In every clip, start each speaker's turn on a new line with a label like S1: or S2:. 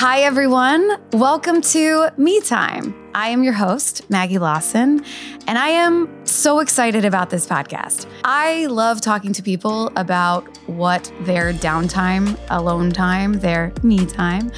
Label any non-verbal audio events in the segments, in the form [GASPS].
S1: Hi, everyone. Welcome to Me Time. I am your host, Maggie Lawson, and I am so excited about this podcast. I love talking to people about what their downtime, alone time, their me time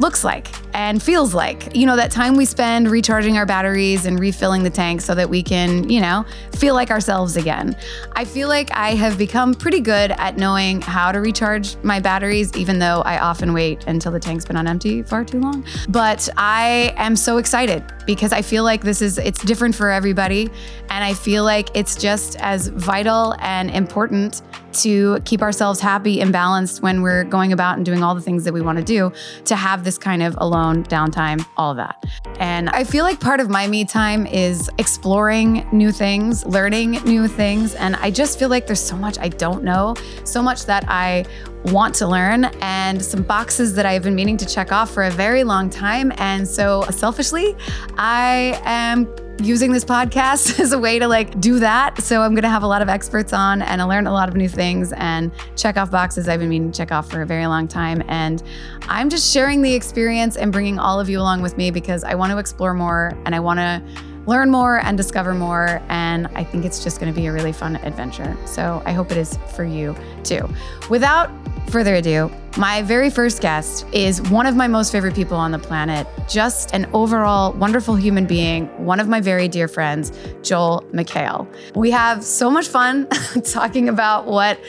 S1: looks like and feels like. You know, that time we spend recharging our batteries and refilling the tank so that we can, you know, feel like ourselves again. I feel like I have become pretty good at knowing how to recharge my batteries, even though I often wait until the tank's been on empty far too long. But I am so excited because I feel like this is, it's different for everybody. And I feel like it's just as vital and important to keep ourselves happy and balanced when we're going about and doing all the things that we want to do to have this kind of alone downtime, all that. And I feel like part of my me time is exploring new things, learning new things. And I just feel like there's so much I don't know, so much that I want to learn, and some boxes that I've been meaning to check off for a very long time. And so selfishly, I am using this podcast [LAUGHS] as a way to like do that. So I'm going to have a lot of experts on and I learn a lot of new things and check off boxes I've been meaning to check off for a very long time. And I'm just sharing the experience and bringing all of you along with me because I want to explore more and I want to learn more and discover more. And I think it's just going to be a really fun adventure. So I hope it is for you too. Without further ado, my very first guest is one of my most favorite people on the planet, just an overall wonderful human being, one of my very dear friends, Joel McHale. We have so much fun [LAUGHS] talking about what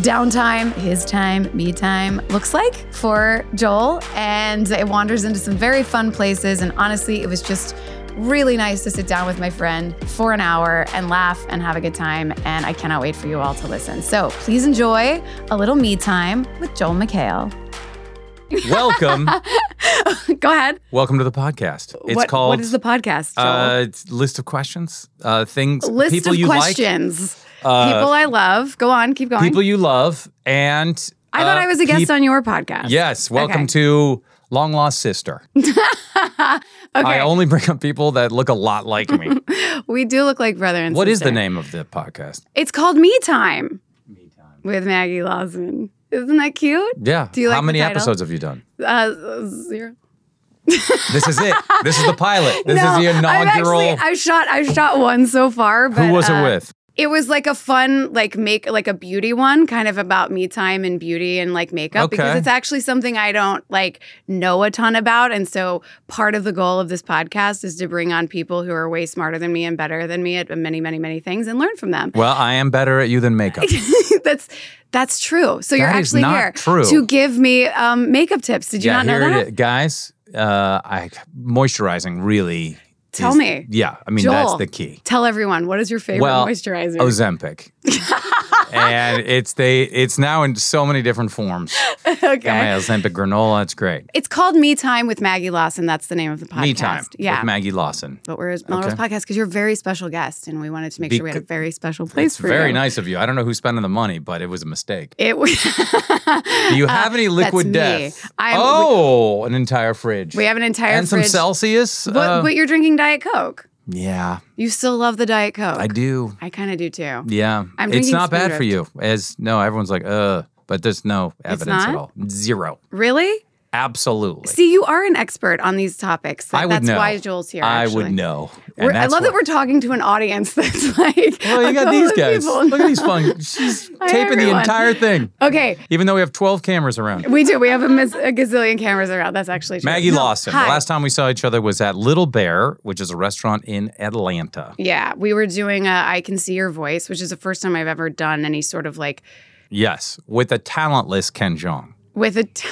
S1: downtime, his time, me time looks like for Joel. And it wanders into some very fun places. And honestly, it was just really nice to sit down with my friend for an hour and laugh and have a good time. And I cannot wait for you all to listen. So please enjoy a little me time with Joel McHale. [LAUGHS]
S2: Welcome.
S1: Go ahead.
S2: Welcome to the podcast. It's
S1: what,
S2: called
S1: What is the podcast? Joel?
S2: uh, it's list of questions, uh, things,
S1: List
S2: people
S1: of
S2: you
S1: questions.
S2: Uh,
S1: people I love. Go on. Keep
S2: like,
S1: going.
S2: people you love, and
S1: I thought
S2: uh,
S1: I was a guest
S2: peop-
S1: on your podcast.
S2: Yes, welcome
S1: Okay.
S2: to Long
S1: [LAUGHS]
S2: Lost Sister. I
S1: Okay.
S2: only bring up people that look a lot
S1: [LAUGHS]
S2: like me.
S1: we do look like brother and
S2: what
S1: sister.
S2: is the name of the podcast?
S1: It's called Me Time. Me Time. With Maggie Lawson. Isn't that cute?
S2: Yeah.
S1: Do you
S2: How
S1: like the
S2: many
S1: title?
S2: episodes have you done?
S1: Uh, zero.
S2: This is it.
S1: [LAUGHS]
S2: this is the pilot. This
S1: no,
S2: is the
S1: I've
S2: inaugural.
S1: actually I've shot I've shot one so far. But,
S2: who was
S1: uh,
S2: it with?
S1: It was like a fun like make like a beauty one, kind of about me time and beauty and like makeup because
S2: Okay.
S1: it's actually something I don't like know a ton about, and so part of the goal of this podcast is to bring on people who are way smarter than me and better than me at many many many things and learn from them.
S2: Well, I am better at you
S1: [LAUGHS]
S2: than makeup.
S1: that's that's true. So you're
S2: That is
S1: actually
S2: not
S1: here
S2: true.
S1: to give me um, makeup tips. Did you
S2: yeah,
S1: not know
S2: here
S1: that?
S2: it is. Guys, uh, I moisturizing really.
S1: Tell
S2: is-
S1: me.
S2: Yeah, I mean that's
S1: Joel.
S2: the key.
S1: Tell everyone what is your favorite
S2: Well,
S1: moisturizer? [LAUGHS]
S2: Ozempic. and it's they it's now in so many different forms.
S1: okay.
S2: Got my Ozempic granola, it's great.
S1: It's called Me Time with Maggie Lawson. That's the name of the podcast.
S2: Me time
S1: Yeah.
S2: with Maggie Lawson.
S1: but we're Melrose
S2: Okay.
S1: Podcast because you're a very special guest, and we wanted to make sure we had a
S2: Becau-
S1: very special place
S2: it's
S1: for
S2: very
S1: you.
S2: nice of you. I don't know who's spending the money, but it was a mistake.
S1: [LAUGHS] It was.
S2: Do you have any liquid
S1: me.
S2: death?
S1: I'm-
S2: oh, an entire fridge.
S1: we have an entire
S2: and some
S1: fridge.
S2: Celsius.
S1: but,
S2: uh,
S1: but you're drinking Diet Coke.
S2: yeah,
S1: You still love the Diet Coke.
S2: I do.
S1: I kind of do too.
S2: Yeah,
S1: I'm
S2: it's
S1: drinking
S2: not bad for
S1: Spindrift.
S2: you. As no, everyone's like, uh, but there's no evidence at
S1: not?
S2: all. Zero,
S1: Really?
S2: absolutely.
S1: See, you are an expert on these topics.
S2: I would
S1: that's
S2: know.
S1: why Joel's here.
S2: I
S1: actually.
S2: would know. And
S1: We're- I
S2: that's
S1: love
S2: why-
S1: that we're talking to an audience [LAUGHS] that's like.
S2: Well, you
S1: a
S2: got
S1: couple
S2: these
S1: of
S2: guys.
S1: people.
S2: Look at these fun. She's
S1: Hi,
S2: taping the
S1: everyone.
S2: entire thing,
S1: [LAUGHS] Okay,
S2: even though we have 12 cameras around.
S1: we do. We have a, mis- a gazillion cameras around. That's actually true.
S2: Maggie
S1: No,
S2: Lawson.
S1: Hi.
S2: The last time we saw each other was at Little Bear, which is a restaurant in Atlanta.
S1: Yeah, we were doing a I Can See Your Voice, which is the first time I've ever done any sort of like
S2: Yes, with the talentless Ken Jeong.
S1: with a. T-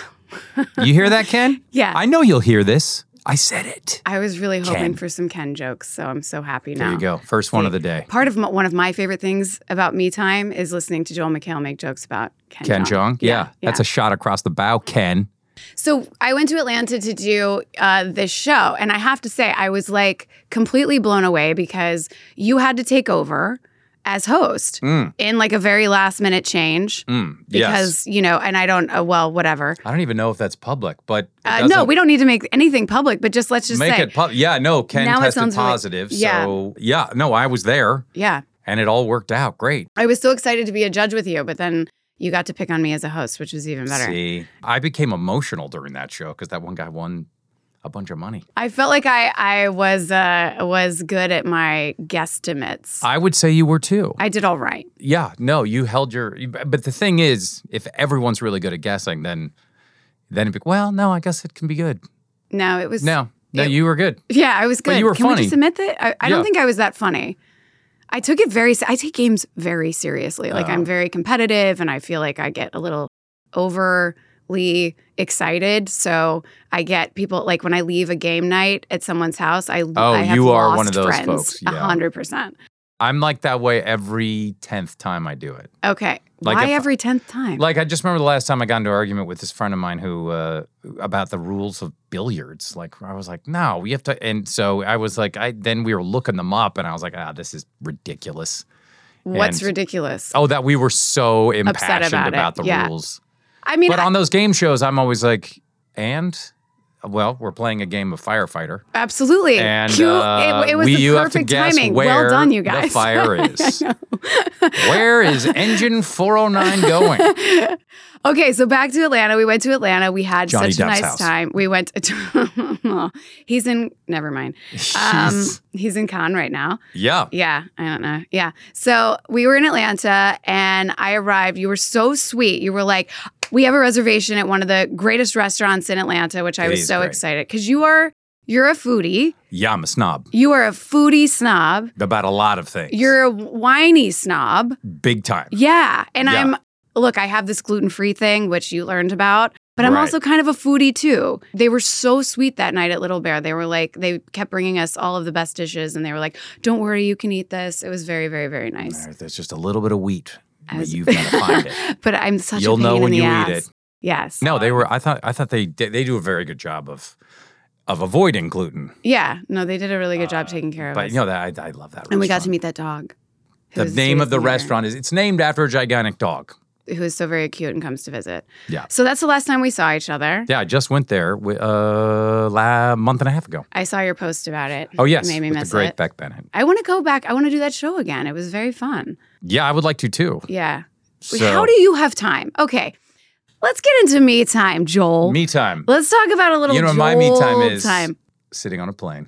S2: You hear that, Ken?
S1: [LAUGHS] Yeah.
S2: I know you'll hear this. I said it.
S1: I was really hoping
S2: Ken.
S1: for some Ken jokes, so I'm so happy now.
S2: There you go. First one of the day.
S1: Part of m one of my favorite things about me time is listening to Joel McHale make jokes about Ken,
S2: Ken Jong. Yeah,
S1: yeah.
S2: That's a shot across the bow, Ken.
S1: So I went to Atlanta to do uh, this show, and I have to say, I was like completely blown away because you had to take over as host
S2: Mm,
S1: in like a very last minute change
S2: mm, yes.
S1: because you know, and I don't. Uh, well, whatever.
S2: I don't even know if that's public, but it
S1: Uh, no,
S2: doesn't
S1: we don't need to make anything public, but just let's just
S2: make
S1: say,
S2: it public. Yeah, no, Ken
S1: Now it
S2: tested
S1: sounds really-
S2: positive.
S1: Yeah.
S2: So, yeah, no, I was there
S1: yeah,
S2: and it all worked out great.
S1: I was so excited to be a judge with you, but then you got to pick on me as a host, which was even better.
S2: See, I became emotional during that show because that one guy won a bunch of money.
S1: I felt like I I was uh, was good at my guesstimates. I,
S2: I would say you were too.
S1: did all right.
S2: Yeah, no, you held your. you- But the thing is, if everyone's really good at guessing, then then it'd be well. No, I guess it can be good.
S1: No, it was
S2: No, no,
S1: It-
S2: you were good.
S1: Yeah, I was good.
S2: But you were
S1: Can we
S2: funny.
S1: just admit that? I, I
S2: Yeah.
S1: don't think I was that funny. I took it very. se- I take games very seriously. Like I'm
S2: Oh.
S1: very competitive, and I feel like I get a little overly excited. So I get people like when I leave a game night at someone's house. I
S2: Oh,
S1: I have
S2: you are one
S1: lost
S2: of those
S1: friends,
S2: folks.
S1: A
S2: Yeah.
S1: hundred percent.
S2: I'm like that way every tenth time I do it.
S1: Okay.
S2: Like
S1: Why
S2: if-
S1: every tenth time?
S2: Like I just remember the last time I got into an argument with this friend of mine who uh, about the rules of billiards. Like I was like, no, we have to. And so I was like, I then we were looking them up, and I was like, ah, this is ridiculous.
S1: What's
S2: and-
S1: ridiculous?
S2: Oh, that we were so impassioned
S1: about
S2: about,
S1: it.
S2: the
S1: Yeah.
S2: rules.
S1: I mean,
S2: but on those game shows, I'm always like, and well, we're playing a game of firefighter,
S1: Absolutely.
S2: and
S1: Cute.
S2: uh,
S1: it, it was
S2: we
S1: the
S2: you have to
S1: perfect
S2: guess
S1: timing.
S2: where
S1: Well done, you guys. [LAUGHS]
S2: the fire is. where is engine 409
S1: Um,
S2: going?
S1: okay, so back to Atlanta. We went to Atlanta. We had
S2: Johnny
S1: such a
S2: Depp's
S1: nice
S2: house.
S1: time. We went [LAUGHS] to He's in never mind. Um,
S2: Jeez.
S1: he's in Cannes right now.
S2: yeah,
S1: Yeah, I don't know. Yeah. So we were in Atlanta and I arrived. You were so sweet. You were like, we have a reservation at one of the greatest restaurants in Atlanta, which I
S2: It
S1: was
S2: is
S1: so
S2: great.
S1: excited because you are you're a foodie.
S2: yeah, I'm a snob
S1: You are a foodie snob.
S2: about a lot of things.
S1: You're a whiny snob.
S2: big time.
S1: Yeah. And
S2: Yeah.
S1: I'm, look, I have this gluten free thing, which you learned about, but I'm
S2: Right.
S1: also kind of a foodie too. They were so sweet that night at Little Bear. They were like, they kept bringing us all of the best dishes and they were like, don't worry, you can eat this. It was very, very, very nice.
S2: There- There's just a little bit of wheat,
S1: I
S2: but
S1: was- [LAUGHS]
S2: you've got to find it.
S1: But I'm such
S2: You'll
S1: a pain
S2: know
S1: in
S2: when
S1: the
S2: you eat
S1: ass.
S2: it.
S1: Yes.
S2: No, they were. I thought. I thought they did, they do a very good job of of avoiding gluten.
S1: Yeah. No, they did a really good job taking care of
S2: Uh, But
S1: us.
S2: you know that I, I love that.
S1: and we got to
S2: restaurant.
S1: meet that dog. who
S2: the
S1: was
S2: name of
S1: sweetest
S2: the
S1: thing ever,
S2: restaurant is it's named after a gigantic dog.
S1: Who is so very cute and comes to visit.
S2: Yeah.
S1: So that's the last time we saw each other.
S2: Yeah, I just went there wi- uh, la month and a half ago.
S1: I saw your post about it.
S2: Oh
S1: It
S2: yes,
S1: Mm, made me
S2: with
S1: miss
S2: the great
S1: it.
S2: Beck Bennett.
S1: I want to go back. I want to do that show again. It was very fun.
S2: Yeah, I would like to too.
S1: Yeah. Wait,
S2: So,
S1: How do you have time? Okay. Let's get into me time, Joel.
S2: me time?
S1: Let's talk about a little
S2: You know
S1: Joel
S2: what my me time is?
S1: time.
S2: Sitting on a plane.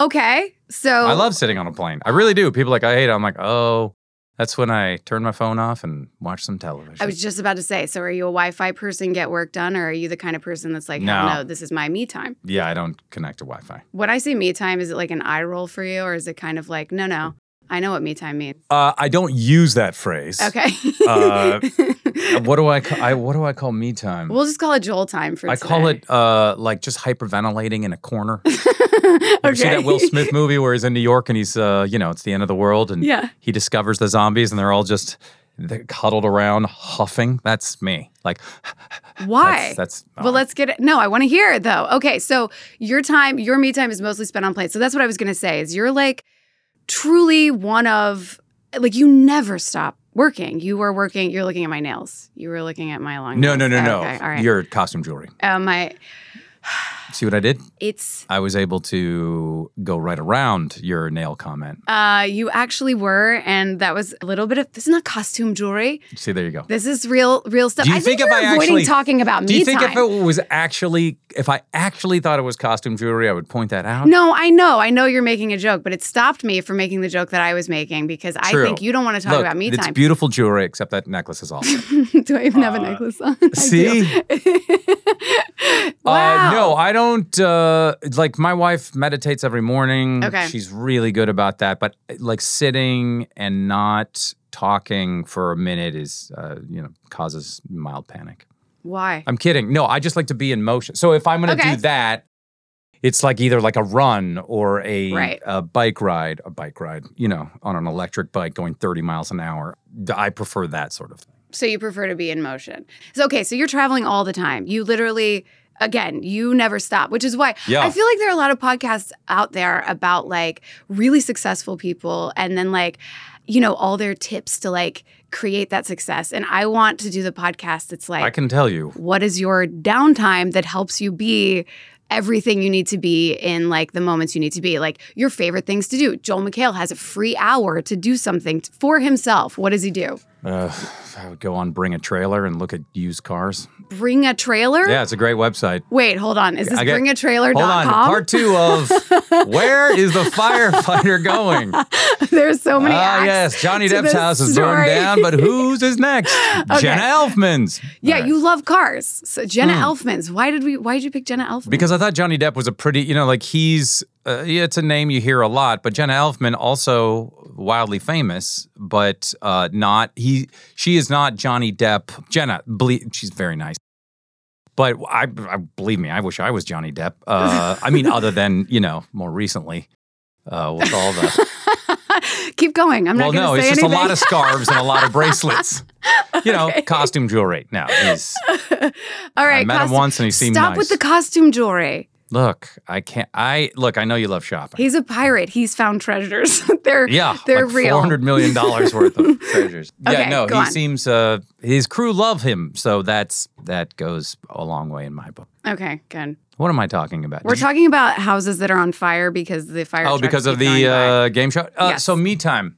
S1: Okay. So
S2: I love sitting on a plane. I really do. People like I hate. It. I'm like oh, that's when I turn my phone off and watch some television.
S1: I was just about to say, so are you a Wi-Fi person, get work done, or are you the kind of person that's like, hell
S2: No.
S1: no, this is my me time?
S2: yeah, I don't connect to Wi-Fi.
S1: When I say me time, is it like an eye roll for you, or is it kind of like, no, no, I know what me time means?
S2: Uh, I don't use that phrase.
S1: Okay.
S2: Uh, [LAUGHS] what do I, ca- I what do I call me time?
S1: [LAUGHS] we'll just call it Joel time for
S2: I call
S1: today.
S2: it uh, like just hyperventilating in a corner.
S1: [LAUGHS] okay.
S2: You see that Will Smith movie where he's in New York and he's, uh, you know, it's the end of the world and
S1: [LAUGHS] Yeah.
S2: he discovers the zombies and they're all just they're huddled around huffing. That's me. Like,
S1: Why?
S2: that's, that's oh,
S1: Well, let's get it. No, I want to hear it though. Okay, so your time, your me time is mostly spent on planes. So that's what I was gonna say. Is you're like truly one of like you never stop working. You were working. You're looking at my nails. You were looking at my long.
S2: no, no, no,
S1: nails.
S2: no.
S1: Oh, Okay, all right.
S2: Your costume jewelry.
S1: um, I,
S2: See what I did?
S1: it's
S2: I was able to go right around your nail comment.
S1: uh, you actually were, and that was a little bit of this is not costume jewelry.
S2: See, there you go.
S1: This is real, real stuff.
S2: Do you
S1: I think,
S2: think if
S1: you're
S2: I
S1: avoiding
S2: actually-
S1: talking about
S2: Do
S1: me
S2: you think
S1: time.
S2: if it was actually, if I actually thought it was costume jewelry, I would point that out?
S1: No, I know. I know you're making a joke, but it stopped me from making the joke that I was making because I
S2: True.
S1: think you don't want to talk
S2: Look,
S1: about me
S2: it's
S1: time.
S2: beautiful jewelry, except that necklace is awesome.
S1: do [LAUGHS] I even have a necklace on? [LAUGHS] I do.
S2: Uh, see?
S1: wow.
S2: Uh, no, I don't. Uh, like my wife meditates every morning.
S1: Okay.
S2: she's really good about that. But uh, like sitting and not talking for a minute is, uh, you know, causes mild panic.
S1: Why?
S2: I'm kidding. No, I just like to be in motion. So if I'm going to
S1: Okay.
S2: do that, it's like either like a run or a,
S1: Right.
S2: a bike ride, a bike ride, you know, on an electric bike going 30 miles an hour. D- I prefer that sort of thing.
S1: So you prefer to be in motion. So okay, so you're traveling all the time. You literally again, you never stop, which is why
S2: Yeah.
S1: I feel like there are a lot of podcasts out there about like really successful people and then like you know all their tips to like create that success. And I want to do the podcast that's like
S2: I can tell you.
S1: what is your downtime that helps you be everything you need to be in like the moments you need to be like your favorite things to do joel McHale has a free hour to do something t- for himself what does he do
S2: Uh, I would go on bring a trailer and look at used cars.
S1: bring a trailer
S2: Yeah, it's a great website.
S1: Wait, hold on. Is this
S2: I got-
S1: bringatrailer.com?
S2: Hold on. Part two of where is the firefighter
S1: [LAUGHS]
S2: going?
S1: [LAUGHS] There's so many.
S2: Ah,
S1: acts
S2: yes. Johnny
S1: to
S2: Depp's
S1: this
S2: house is
S1: story.
S2: burned down, but whose is
S1: [LAUGHS]
S2: next? Jenna Elfman's.
S1: Yeah,
S2: All right. Hmm.
S1: you love cars. So Jenna Elfman's. Why did we? Why did you pick Jenna Elfman?
S2: Because I thought Johnny Depp was a pretty, you know, like he's, uh, yeah, it's a name you hear a lot, but Jenna Elfman also wildly famous, but uh, not, he, she is not Johnny Depp. Jenna, believe, she's very nice. But I, I believe me, I wish I was Johnny Depp.
S1: [LAUGHS]
S2: Uh, I mean, other than, you know, more recently uh, with all the.
S1: Keep going. [LAUGHS] I'm
S2: well,
S1: not going to
S2: no,
S1: say
S2: it's just
S1: anything.
S2: a lot of scarves and a lot
S1: [LAUGHS]
S2: of bracelets. You know, costume jewelry. No, he's,
S1: All right,
S2: I met him
S1: costume-
S2: once and he seemed
S1: Stop
S2: nice.
S1: with the costume jewelry.
S2: look, I can't. I look. I know you love shopping.
S1: He's a pirate. He's found treasures. [LAUGHS] they're
S2: yeah,
S1: they're
S2: like
S1: real.
S2: Four hundred million dollars
S1: [LAUGHS]
S2: worth of treasures.
S1: Okay,
S2: yeah, no,
S1: go
S2: he
S1: on.
S2: seems. Uh, his crew love him, so that's that goes a long way in my book.
S1: Okay, good.
S2: What am I talking about?
S1: We're
S2: Did you-
S1: talking about houses that are on fire because the fire.
S2: Oh,
S1: trucks
S2: because of
S1: keep going
S2: the
S1: by.
S2: uh, game show. Uh,
S1: Yes.
S2: So me time.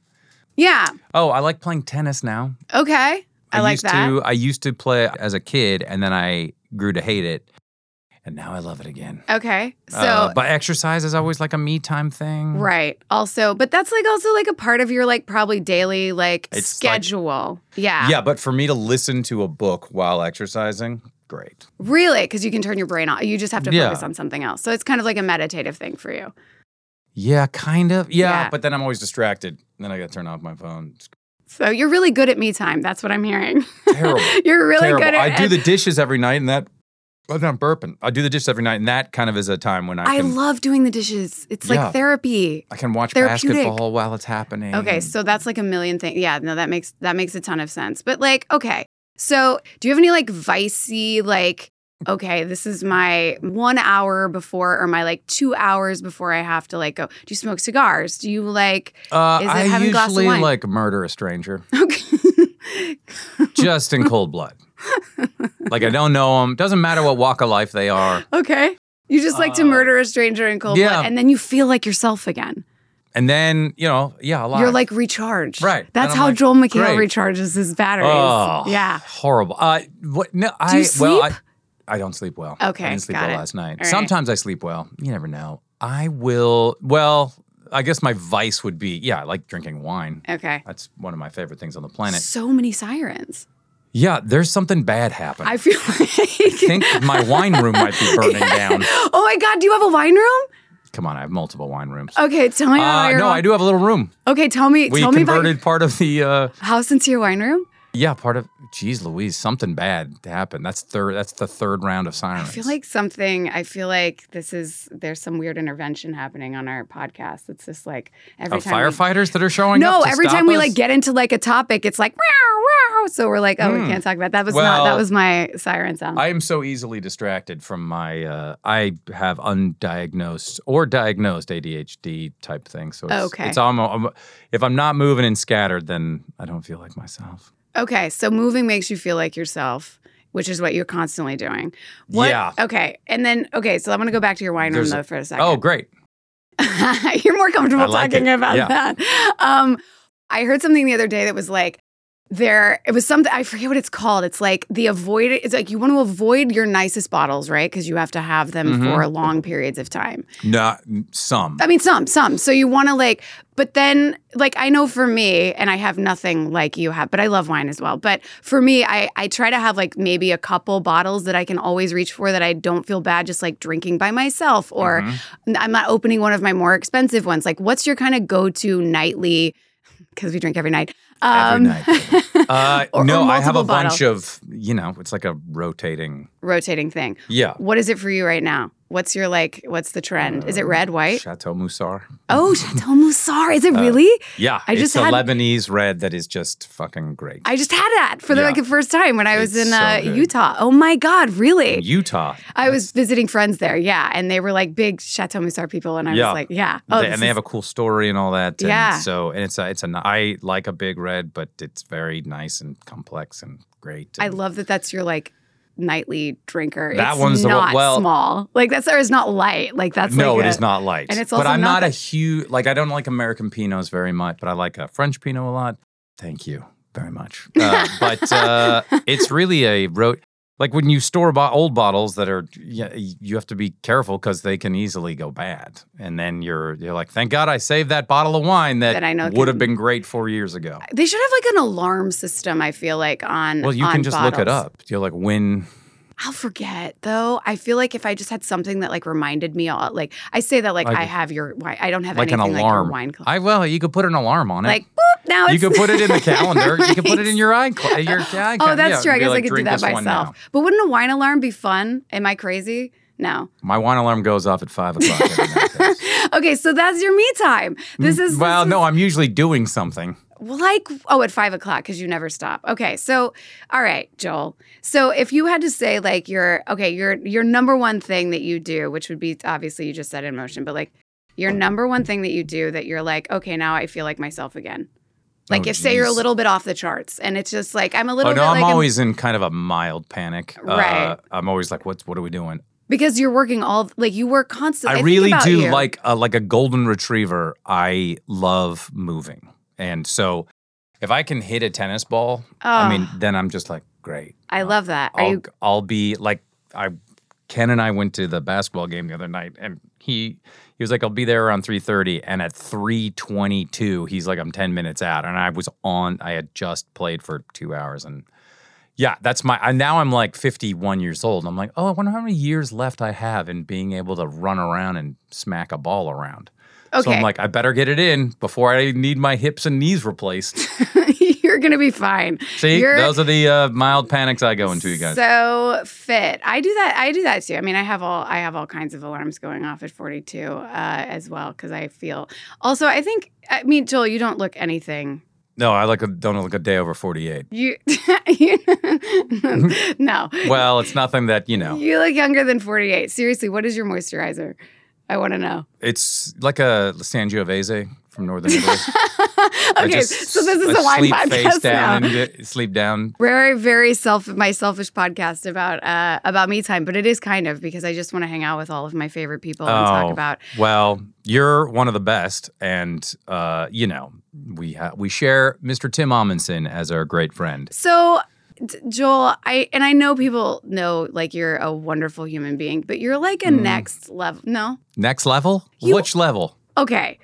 S1: yeah.
S2: Oh, I like playing tennis now.
S1: Okay, I, like
S2: used
S1: that.
S2: To, I used to play as a kid, and then I grew to hate it, and now I love it again.
S1: okay, so
S2: Uh, but exercise is always like a me time thing.
S1: Right. Also, but that's like also like a part of your like probably daily like
S2: It's like-
S1: schedule. yeah.
S2: Yeah, but for me to listen to a book while exercising, great.
S1: Really, because you can turn your brain off. You just have to
S2: Yeah.
S1: focus on something else. So it's kind of like a meditative thing for you.
S2: Yeah, kind of. Yeah,
S1: Yeah.
S2: but then I'm always distracted. Then I got to turn off my phone.
S1: [LAUGHS]
S2: It's
S1: So you're really good at me time. That's what I'm hearing. [LAUGHS]
S2: terrible.
S1: You're really
S2: terrible.
S1: good at
S2: I do the dishes every night, and that. I'm not burping. I do the dishes every night, and that kind of is a time when I
S1: I
S2: can
S1: love doing the dishes. It's
S2: Yeah.
S1: like therapy.
S2: I can watch
S1: therapeutic.
S2: basketball while it's happening.
S1: Okay, so that's like a million things. Yeah, no, that makes that makes a ton of sense. But like, okay. So do you have any like vicey like okay, this is my one hour before or my like two hours before I have to like go. Do you smoke cigars? Do you like [LAUGHS]
S2: uh,
S1: is it
S2: I
S1: having a glass of
S2: usually
S1: wine?
S2: like murder a
S1: [LAUGHS]
S2: stranger.
S1: okay.
S2: just in cold blood. like I don't know them. Doesn't matter what walk of life they are.
S1: okay. You just like to
S2: Uh,
S1: murder a stranger in cold
S2: yeah.
S1: blood and then you feel like yourself again.
S2: And then you know, yeah, a lot.
S1: You're like recharged.
S2: Right.
S1: That's
S2: And I'm
S1: how
S2: like,
S1: Joel McHale
S2: great.
S1: recharges his batteries.
S2: oh,
S1: Yeah.
S2: horrible. Uh, what? No, I
S1: you
S2: well,
S1: sleep?
S2: I, I don't sleep well.
S1: Okay,
S2: I didn't sleep
S1: got
S2: well
S1: it.
S2: last night.
S1: right.
S2: Sometimes I sleep well. You never know. I will. Well, I guess my vice would be yeah, I like drinking wine.
S1: Okay.
S2: That's one of my favorite things on the planet.
S1: So many sirens.
S2: Yeah, there's something bad happened.
S1: I feel like
S2: [LAUGHS] think my wine room might be
S1: [LAUGHS]
S2: burning down.
S1: Oh my God, do you have a wine room?
S2: Come on, I have multiple wine rooms.
S1: Okay, tell me
S2: Uh,
S1: about your
S2: no, I do have a little room.
S1: Okay, tell me.
S2: We
S1: tell me about
S2: converted part of the uh,
S1: house into your wine room.
S2: Yeah, part of geez Louise, something bad happened. That's third that's the third round of
S1: I
S2: sirens.
S1: feel like something. I feel like this is there's some weird intervention happening on our podcast. It's just like every
S2: of
S1: time. we-
S2: firefighters that are showing up.
S1: no,
S2: to
S1: every
S2: stop
S1: time we
S2: us?
S1: like get into like a topic, it's like wow, wow. So we're like, oh, we can't talk about that. Was not that
S2: Hmm. Well,
S1: was my siren sound.
S2: I am so easily distracted from my uh, I have undiagnosed or diagnosed ADHD type thing. So it's,
S1: Okay.
S2: it's almost I'm- if I'm not moving and scattered, then I don't feel like myself.
S1: okay, so moving makes you feel like yourself. Which is what you're constantly doing. What-
S2: Yeah.
S1: Okay. And then, okay, so I'm going to go back to your wine
S2: There's
S1: room
S2: a-
S1: though for a second.
S2: Oh, great.
S1: [LAUGHS] You're more comfortable
S2: I like
S1: talking
S2: it.
S1: about
S2: Yeah.
S1: that. Um, I heard something the other day that was like, there, it was something, I forget what it's called. It's like the avoid, it's like you want to avoid your nicest bottles, right? Because you have to have them
S2: Mhm.
S1: for long periods of time.
S2: Not some.
S1: I mean, some, some. So you want to like, but then, like, I know for me, and I have nothing like you have, but I love wine as well. But for me, I, I try to have like maybe a couple bottles that I can always reach for that I don't feel bad just like drinking by myself or.
S2: Mhm.
S1: I'm not opening one of my more expensive ones. Like, what's your kind of go to nightly? Because we drink every night.
S2: Every
S1: [LAUGHS]
S2: uh,
S1: Um, or- or
S2: no, I have
S1: multiple
S2: a bunch of you know, it's like a rotating
S1: rotating thing.
S2: yeah.
S1: What is it for you right now? What's your like? What's the trend? Is it red, white?
S2: Chateau Moussard.
S1: Oh, Chateau Moussard. Is it really?
S2: Yeah,
S1: I
S2: it's
S1: just
S2: a
S1: had-
S2: Lebanese red that is just fucking great.
S1: I just had that for the
S2: Yeah.
S1: like first time when I was
S2: It's
S1: in
S2: so
S1: uh,
S2: good.
S1: Utah. Oh my God, really?
S2: In Utah.
S1: I was visiting friends there, yeah, and they were like big Chateau Moussard people, and I
S2: Yeah.
S1: was like, yeah, oh,
S2: They-
S1: this
S2: and they
S1: is-
S2: have a cool story and all that. And
S1: Yeah.
S2: So and it's a it's a ni- I like a big red, but it's very nice and complex and great.
S1: I
S2: and-
S1: love that that's your like nightly drinker.
S2: That
S1: it's
S2: one's the one-
S1: not
S2: well-
S1: small. Like that's or it's not light. Like that's
S2: no,
S1: like
S2: it
S1: a-
S2: is not light.
S1: and it's
S2: but
S1: also
S2: I'm
S1: not
S2: not, a
S1: that-
S2: huge like I don't like American Pinots very much, but I like a French Pinot a lot. Thank you very much.
S1: [LAUGHS]
S2: Uh, but uh, it's really a road. Like when you store bo- old bottles that are, yeah, you have to be careful because they can easily go bad. And then you're you're like, thank God I saved that bottle of wine that,
S1: That I know
S2: would have
S1: can-
S2: been great four years ago.
S1: They should have like an alarm system. I feel like on.
S2: Well, you
S1: on
S2: can just look it
S1: bottles.
S2: up. You're like, when
S1: I'll forget though. I feel like if I just had something that like reminded me, all like I say that like,
S2: Like-
S1: I have your wine. I don't have
S2: like an
S1: anything like your
S2: alarm.
S1: wine club.
S2: I well, you could put an alarm on it.
S1: like boop, now [LAUGHS]
S2: you
S1: it's
S2: could put it in the calendar. You could put it in
S1: Right.
S2: your eye. Cl-
S1: [LAUGHS]
S2: uh, your eye
S1: Oh,
S2: cal-
S1: that's
S2: yeah,
S1: true. I
S2: be
S1: guess
S2: like,
S1: I could do
S2: "Drink
S1: that
S2: this
S1: by
S2: one now."
S1: myself. But wouldn't a wine alarm be fun? Am I crazy? No.
S2: My wine alarm goes off at five o'clock. Every
S1: [LAUGHS]
S2: night, guys.
S1: Okay, so that's your me time. This is
S2: Mm, well,
S1: this
S2: no, I'm usually doing something.
S1: is like oh at five o'clock because you never stop. Okay, so all right, Joel. So if you had to say like your okay your your number one thing that you do, which would be obviously you just said in motion, but like your number one thing that you do that you're like okay now I feel like myself again. Like
S2: Oh,
S1: if say you're a
S2: geez.
S1: little bit off the charts and it's just like I'm a little
S2: Oh no,
S1: bit
S2: I'm
S1: like
S2: always in kind of a mild panic. Uh,
S1: Right.
S2: I'm always like, what's what are we doing?
S1: because you're working all like you work constantly.
S2: I
S1: think
S2: really
S1: about
S2: do
S1: you.
S2: like a, like a golden retriever. I love moving, and so if I can hit a tennis ball, I
S1: Oh.
S2: mean, then I'm just like, great.
S1: I love that. Are
S2: I'll,
S1: you
S2: I'll be like I Ken and I went to the basketball game the other night and he he was like I'll be there around 3:30 and at 3:22 he's like I'm 10 minutes out and I was on I had just played for 2 hours and yeah, that's my I now I'm like 51 years old and I'm like, "Oh, I wonder how many years left I have in being able to run around and smack a ball around." So
S1: Okay.
S2: I'm like, I better get it in before I need my hips and knees replaced.
S1: [LAUGHS] you're gonna be fine.
S2: See,
S1: You're-
S2: those are the uh, mild panics I go into, you guys.
S1: So fit. I do that. I do that too. I mean, I have all I have all kinds of alarms going off at 42 uh, as well because I feel. Also, I think. I mean, Joel, you don't look anything.
S2: No, I like a, don't look a day over 48.
S1: You, [LAUGHS]
S2: [LAUGHS]
S1: you no.
S2: Well, it's nothing that, you
S1: [LAUGHS]
S2: know,
S1: You look younger than 48. Seriously, what is your moisturizer? I want to know. [LAUGHS]
S2: it's like a Sangiovese from Northern
S1: [LAUGHS]
S2: Italy. I
S1: okay,
S2: just
S1: so this is
S2: s-
S1: a wine
S2: sleep
S1: podcast
S2: face down
S1: now.
S2: and d- sleep down.
S1: Very, very self my selfish podcast about uh, about me time, but it is kind of because I just want to hang out with all of my favorite people and talk
S2: Oh,
S1: about
S2: Well, you're one of the best. And, uh, you know, we ha- we share Mr. Tim Amundsen as our great friend.
S1: So, d- Joel, I and I know people know like you're a wonderful human being, but you're like a
S2: Mm.
S1: next level. No,
S2: Next level?
S1: You-
S2: Which level?
S1: okay,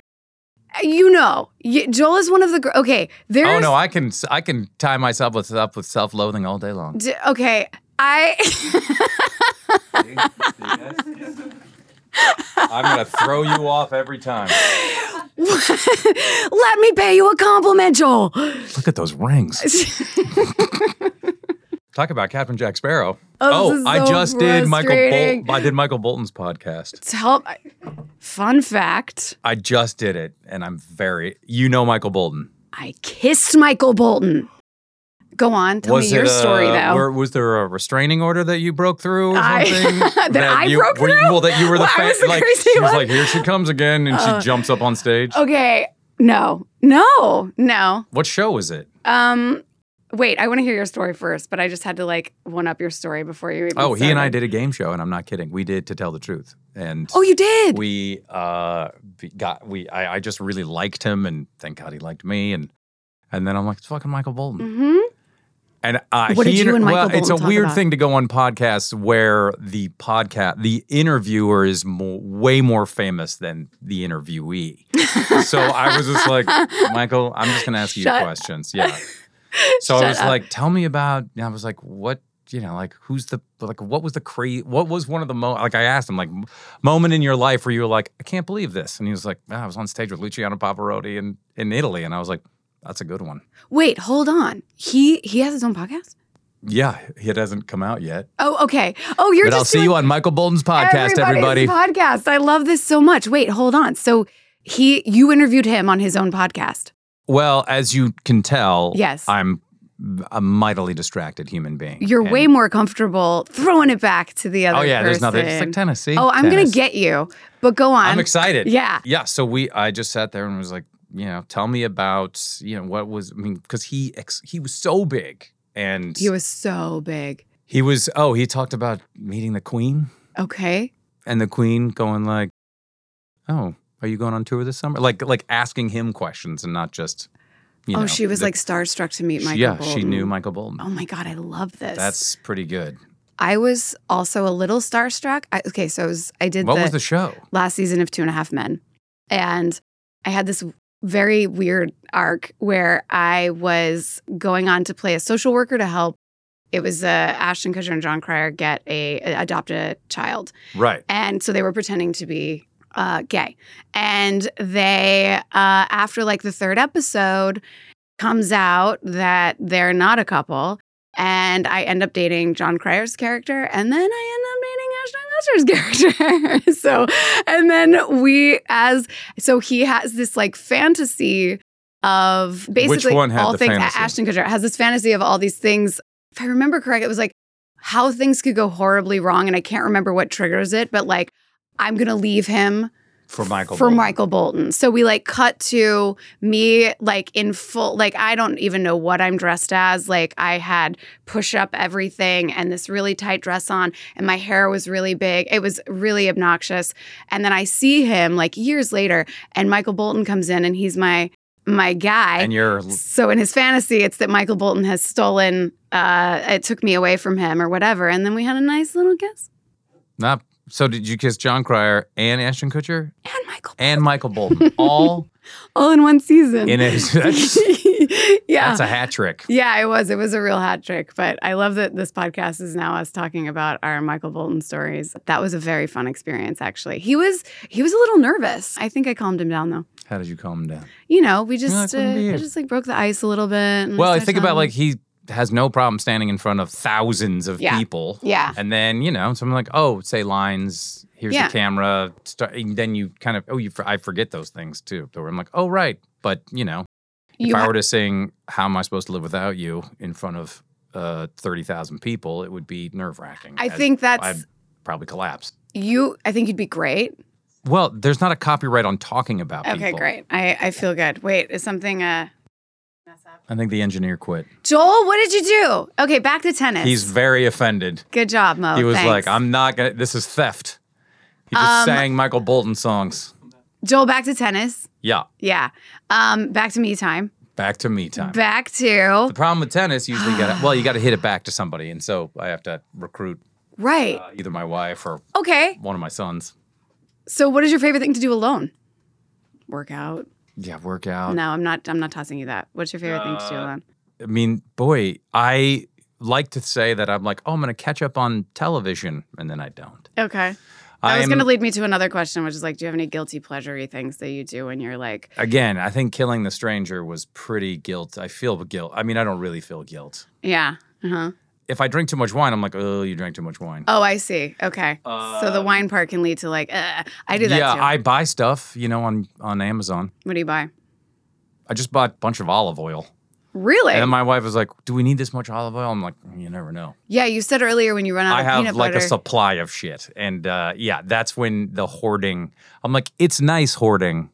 S1: Uh, you know, y Joel is one of the gr- okay. There's
S2: oh, no, I can s- I can tie myself with, up with self loathing all day
S1: [LAUGHS]
S2: long.
S1: D- okay. I [LAUGHS]
S2: I'm going to throw you off every time.
S1: let me pay you a compliment, Joel.
S2: Look at those rings.
S1: [LAUGHS]
S2: Talk about Captain Jack Sparrow.
S1: Oh, this
S2: Oh,
S1: is
S2: I
S1: so
S2: just did Michael
S1: frustrating.
S2: Bolton. I did Michael Bolton's podcast.
S1: Tell fun fact:
S2: I just did it, and I'm very. You know Michael Bolton.
S1: I kissed Michael Bolton. Go on, tell me your
S2: it,
S1: story
S2: uh,
S1: though.
S2: were- was there a restraining order that you broke through or
S1: I- [LAUGHS]
S2: something?
S1: that I
S2: you,
S1: broke
S2: were you-
S1: through?
S2: well, that you were the
S1: Well, I
S2: fan.
S1: was the
S2: like
S1: crazy
S2: she
S1: one.
S2: was
S1: Uh, oh.
S2: like, here she comes again, and she jumps up on stage.
S1: okay, no, no, no.
S2: What show was it?
S1: Um, wait, I want to hear your story first, but I just had to like one up your story before you. Even
S2: Oh, he and I
S1: started.
S2: did a game show, and I'm not kidding. We did to tell the truth, and
S1: Oh, you did.
S2: we uh be- got we I, I just really liked him and thank god he liked me and and then i'm like it's fucking michael bolton
S1: hmm
S2: and uh,
S1: What did
S2: he
S1: you and
S2: well,
S1: Michael
S2: it's a
S1: Bolton talk
S2: weird
S1: about?
S2: thing to go on podcasts where the podcast, the interviewer is mo way more famous than the
S1: [LAUGHS]
S2: interviewee. so I was just like, Michael, I'm just going to ask you
S1: Shut-
S2: questions.
S1: [LAUGHS]
S2: Yeah. So I
S1: Shut
S2: was
S1: up.
S2: like, tell me about. And I was like, what? You know, like who's the like? What was the crazy? What was one of the mo? Like I asked him, like m- moment in your life where you were like, I can't believe this, and he was like, "Ah, I was on stage with Luciano Pavarotti in in Italy, and I was like, that's a good one.
S1: Wait, hold on. He he has his own podcast.
S2: Yeah, it hasn't come out yet.
S1: Oh, okay. Oh, you're
S2: but
S1: just
S2: I'll see
S1: doing
S2: you on Michael Bolton's podcast, everybody.
S1: everybody's Podcast. I love this so much. Wait, hold on. So he, you interviewed him on his own podcast.
S2: Well, as you can tell,
S1: Yes.
S2: I'm a mightily distracted human being.
S1: You're
S2: And-
S1: way more comfortable throwing it back to the other.
S2: Oh yeah,
S1: person.
S2: there's nothing. It's like Tennessee.
S1: Oh, I'm gonna
S2: tennis.
S1: get you. But go on.
S2: I'm excited.
S1: Yeah.
S2: Yeah. So we, I just sat there and was like, you know, tell me about, you know, what was, I mean, because he, ex, he was so big and
S1: He was so big.
S2: he was, oh, he talked about meeting the queen
S1: Okay.
S2: and the queen going like, oh, are you going on tour this summer? Like, like asking him questions and not just, you know.
S1: oh, she was
S2: the-
S1: like starstruck to meet
S2: she-
S1: Michael.
S2: yeah, she
S1: Bolton.
S2: knew Michael Bolton.
S1: Oh my god, I love this.
S2: That's pretty good.
S1: I was also a little starstruck. I, okay, so I was I did
S2: What
S1: the,
S2: was the show?
S1: last season of Two and a Half Men, and I had this very weird arc where I was going on to play a social worker to help. It was uh, Ashton Kutcher and John Cryer get a adopt a child,
S2: Right.
S1: and so they were pretending to be uh, gay. And they, uh, after like the third episode, comes out that they're not a couple. And I end up dating John Cryer's character, and then I end up dating Ashton Kutcher's [LAUGHS] character. so, and then we, as so, he has this like fantasy of basically
S2: one had
S1: all
S2: the
S1: things.
S2: fantasy?
S1: Ashton Kutcher has this fantasy of all these things. If I remember correct, it was like how things could go horribly wrong and I can't remember what triggers it, but like I'm going to leave him
S2: For Michael
S1: for
S2: Bolton.
S1: Michael Bolton. So we like cut to me like in full like I don't even know what I'm dressed as. Like I had push up everything and this really tight dress on and my hair was really big. It was really obnoxious. And then I see him like years later and Michael Bolton comes in and he's my my guy.
S2: And you're,
S1: So in his fantasy, it's that Michael Bolton has stolen. Uh, it took me away from him, or whatever. And then we had a nice little kiss.
S2: not, so did you kiss John Cryer and Ashton Kutcher?
S1: And Michael,
S2: and Michael Bolton,
S1: [LAUGHS]
S2: all
S1: all in one season.
S2: in
S1: [LAUGHS]
S2: a [LAUGHS] that's,
S1: yeah,
S2: that's a hat trick.
S1: yeah, it was. It was a real hat trick. But I love that this podcast is now us talking about our Michael Bolton stories. That was a very fun experience, actually. He was he was a little nervous. I think I calmed him down though.
S2: How did you calm him down?
S1: You know, we
S2: like,
S1: just uh,
S2: "Wouldn't be
S1: I
S2: it."
S1: just like broke the ice a little bit. and
S2: Well, I
S1: started
S2: think about
S1: telling
S2: like
S1: him-
S2: he has no problem standing in front of thousands of
S1: Yeah.
S2: people.
S1: yeah.
S2: And then, you know, someone like, oh, say lines, here's
S1: Yeah.
S2: the camera. Start, and then you kind of, oh, you for- I forget those things too. So I'm like, oh, right. But, you know,
S1: You
S2: if I
S1: ha-
S2: were to sing How Am I Supposed to Live Without You in front of uh, 30,000 people, it would be nerve wracking.
S1: I think that's
S2: I'd probably collapse.
S1: you. I think you'd be great.
S2: Well, there's not a copyright on talking about people.
S1: Okay, great. I, I feel good. Wait, is something uh
S2: I think the engineer quit.
S1: Joel, what did you do? Okay, back to tennis.
S2: He's very offended.
S1: good job, Mo.
S2: he was
S1: Oh, Thanks.
S2: like, "I'm not gonna. This is theft." He just
S1: Um,
S2: sang Michael Bolton songs.
S1: Joel, back to tennis.
S2: Yeah,
S1: Yeah. Um, back to me time.
S2: back to me time.
S1: Back to
S2: the problem with tennis, usually you gotta well, you gotta hit it back to somebody, and so I have to recruit
S1: Right.
S2: uh, either my wife or
S1: Okay.
S2: one of my sons.
S1: So what is your favorite thing to do alone? Workout.
S2: Yeah, workout.
S1: No, I'm not I'm not tossing you that. What's your favorite thing
S2: Uh,
S1: to do alone?
S2: I mean, boy, I like to say that I'm like, oh, I'm gonna catch up on television, and then I don't.
S1: Okay. That
S2: I
S1: was
S2: am-
S1: gonna lead me to another question, which is like, do you have any guilty pleasure things that you do when you're like
S2: Again, I think killing the stranger was pretty guilt. I feel guilt. I mean, I don't really feel guilt.
S1: Yeah. Uh-huh.
S2: If I drink too much wine, I'm like, oh, you drank too much wine.
S1: Oh, I see. Okay. so the wine part can lead to like, uh, I do that
S2: Um, yeah,
S1: too.
S2: I buy stuff, you know, on on Amazon.
S1: what do you buy?
S2: I just bought a bunch of olive oil.
S1: Really?
S2: And then my wife was like, "Do we need this much olive oil?" I'm like, "Mm, "You never know."
S1: yeah, you said earlier when you run out
S2: I
S1: of
S2: have
S1: peanut
S2: like
S1: butter.
S2: a supply of shit, and uh, yeah, that's when the hoarding. I'm like, it's nice hoarding,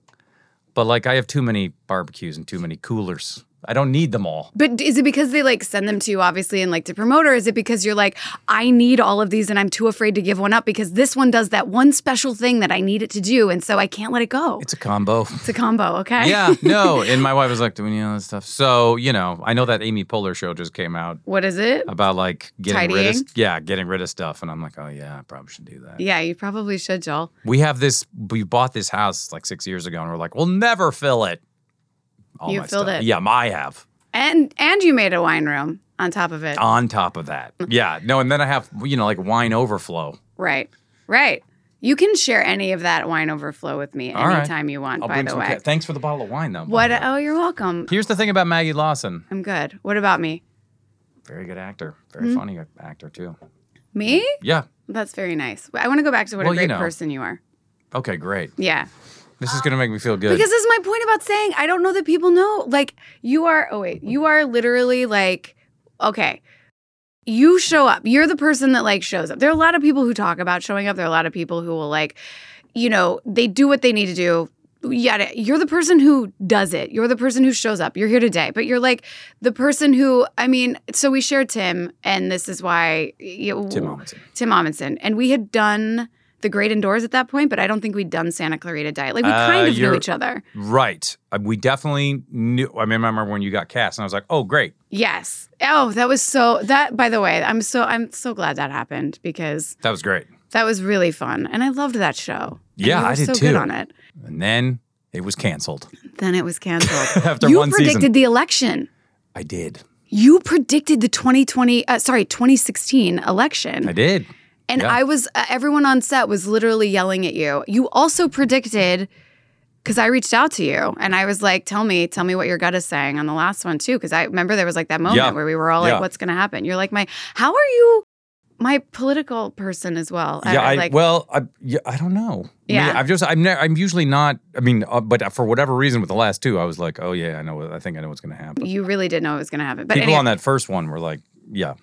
S2: but like I have too many barbecues and too many coolers. I don't need them all.
S1: but is it because they like send them to you obviously and like to promote, or is it because you're like, I need all of these and I'm too afraid to give one up because this one does that one special thing that I need it to do and so I can't let it go. It's,
S2: It's a combo.
S1: a combo, okay?
S2: [LAUGHS] yeah, no. And my wife was like, "Do we need all this stuff?" So you know, I know that Amy Poehler show just came out
S1: [LAUGHS] What is it?
S2: about like getting rid
S1: Tidying?
S2: of yeah, getting rid of stuff, and I'm like, "Oh yeah, I probably should do that."
S1: Yeah, you probably should, Joel.
S2: We have this. We bought this house like six years ago, and we're like, we'll never fill it. All
S1: You
S2: my
S1: filled
S2: stuff.
S1: it.
S2: Yeah, I have.
S1: And and you made a wine room on top of it.
S2: On top of that,
S1: Mm.
S2: yeah, no, and then I have you know like wine overflow.
S1: Right. Right. You can share any of that wine overflow with me
S2: All right.
S1: anytime you want,
S2: I'll
S1: by
S2: bring
S1: the
S2: some
S1: way.
S2: ca- Thanks for the bottle of wine, though. by
S1: What?
S2: the way.
S1: Oh, you're welcome.
S2: Here's the thing about Maggie Lawson.
S1: I'm good. What about me?
S2: Very good actor. Very
S1: Mhm.
S2: funny actor too.
S1: Me?
S2: Yeah.
S1: That's very nice. I want to go back to what
S2: Well,
S1: a
S2: you
S1: great
S2: know.
S1: person you are.
S2: Okay, great.
S1: Yeah.
S2: This is gonna make me feel good.
S1: Because this is my point about saying I don't know that people know. Like you are. Oh wait, you are literally like okay. You show up. You're the person that like shows up. There are a lot of people who talk about showing up. There are a lot of people who will like, you know, they do what they need to do. Yada. You're the person who does it. You're the person who shows up. You're here today, but you're like the person who. I mean, so we shared Tim, and this is why you,
S2: Tim Amundsen.
S1: Tim Amundsen, and we had done The Great Indoors at that point, but I don't think we'd done Santa Clarita Diet. Like we
S2: Uh,
S1: kind of knew
S2: you're-
S1: each other.
S2: Right. Uh, We definitely knew. I mean, I remember when you got cast, and I was like, "Oh, great!
S1: Yes. Oh, that was so. That by the way, I'm so I'm so glad that happened because
S2: That was great."
S1: that was really fun, and I loved that show. And
S2: Yeah,
S1: you were
S2: I did
S1: so
S2: too.
S1: Good on it.
S2: And then it was canceled
S1: Then it was canceled.
S2: [LAUGHS] after
S1: you
S2: one
S1: predicted
S2: season.
S1: the election.
S2: I did.
S1: You predicted the 2020, uh, sorry, 2016 election.
S2: I did.
S1: And
S2: Yeah.
S1: I was, uh, everyone on set was literally yelling at you. You also predicted, because I reached out to you and I was like, tell me, tell me what your gut is saying on the last one too. Because I remember there was like that moment
S2: Yeah.
S1: where we were all
S2: Yeah.
S1: like, what's going to happen? You're like, my, how are you my political person as well?
S2: Yeah, I,
S1: like,
S2: well, I, yeah, I don't know.
S1: Yeah.
S2: I've just, I'm, ne- I'm usually not. I mean, uh, but for whatever reason, with the last two, I was like, oh yeah, I know. what- I think I know what's going to happen.
S1: you really didn't know it was going to happen. But
S2: People
S1: anyway,
S2: on that first one were like, yeah,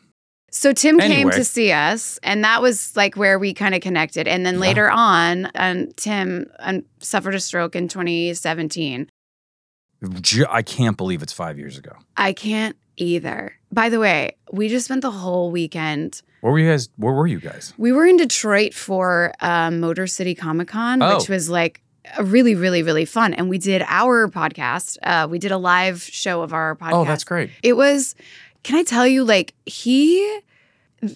S1: So Tim came
S2: Anyway.
S1: to see us, and that was like where we kind of connected. And then
S2: Yeah.
S1: later on, um, Tim um, suffered a stroke in 2017.
S2: Ju- I can't believe it's five years ago.
S1: I can't either. By the way, we just spent the whole weekend.
S2: Where were you guys? Where were you guys?
S1: We were in Detroit for um, Motor City Comic Con,
S2: Oh.
S1: which was like a really, really, really fun. And we did our podcast. Uh, we did a live show of our podcast.
S2: Oh, that's great.
S1: It was, can I tell you, like, he,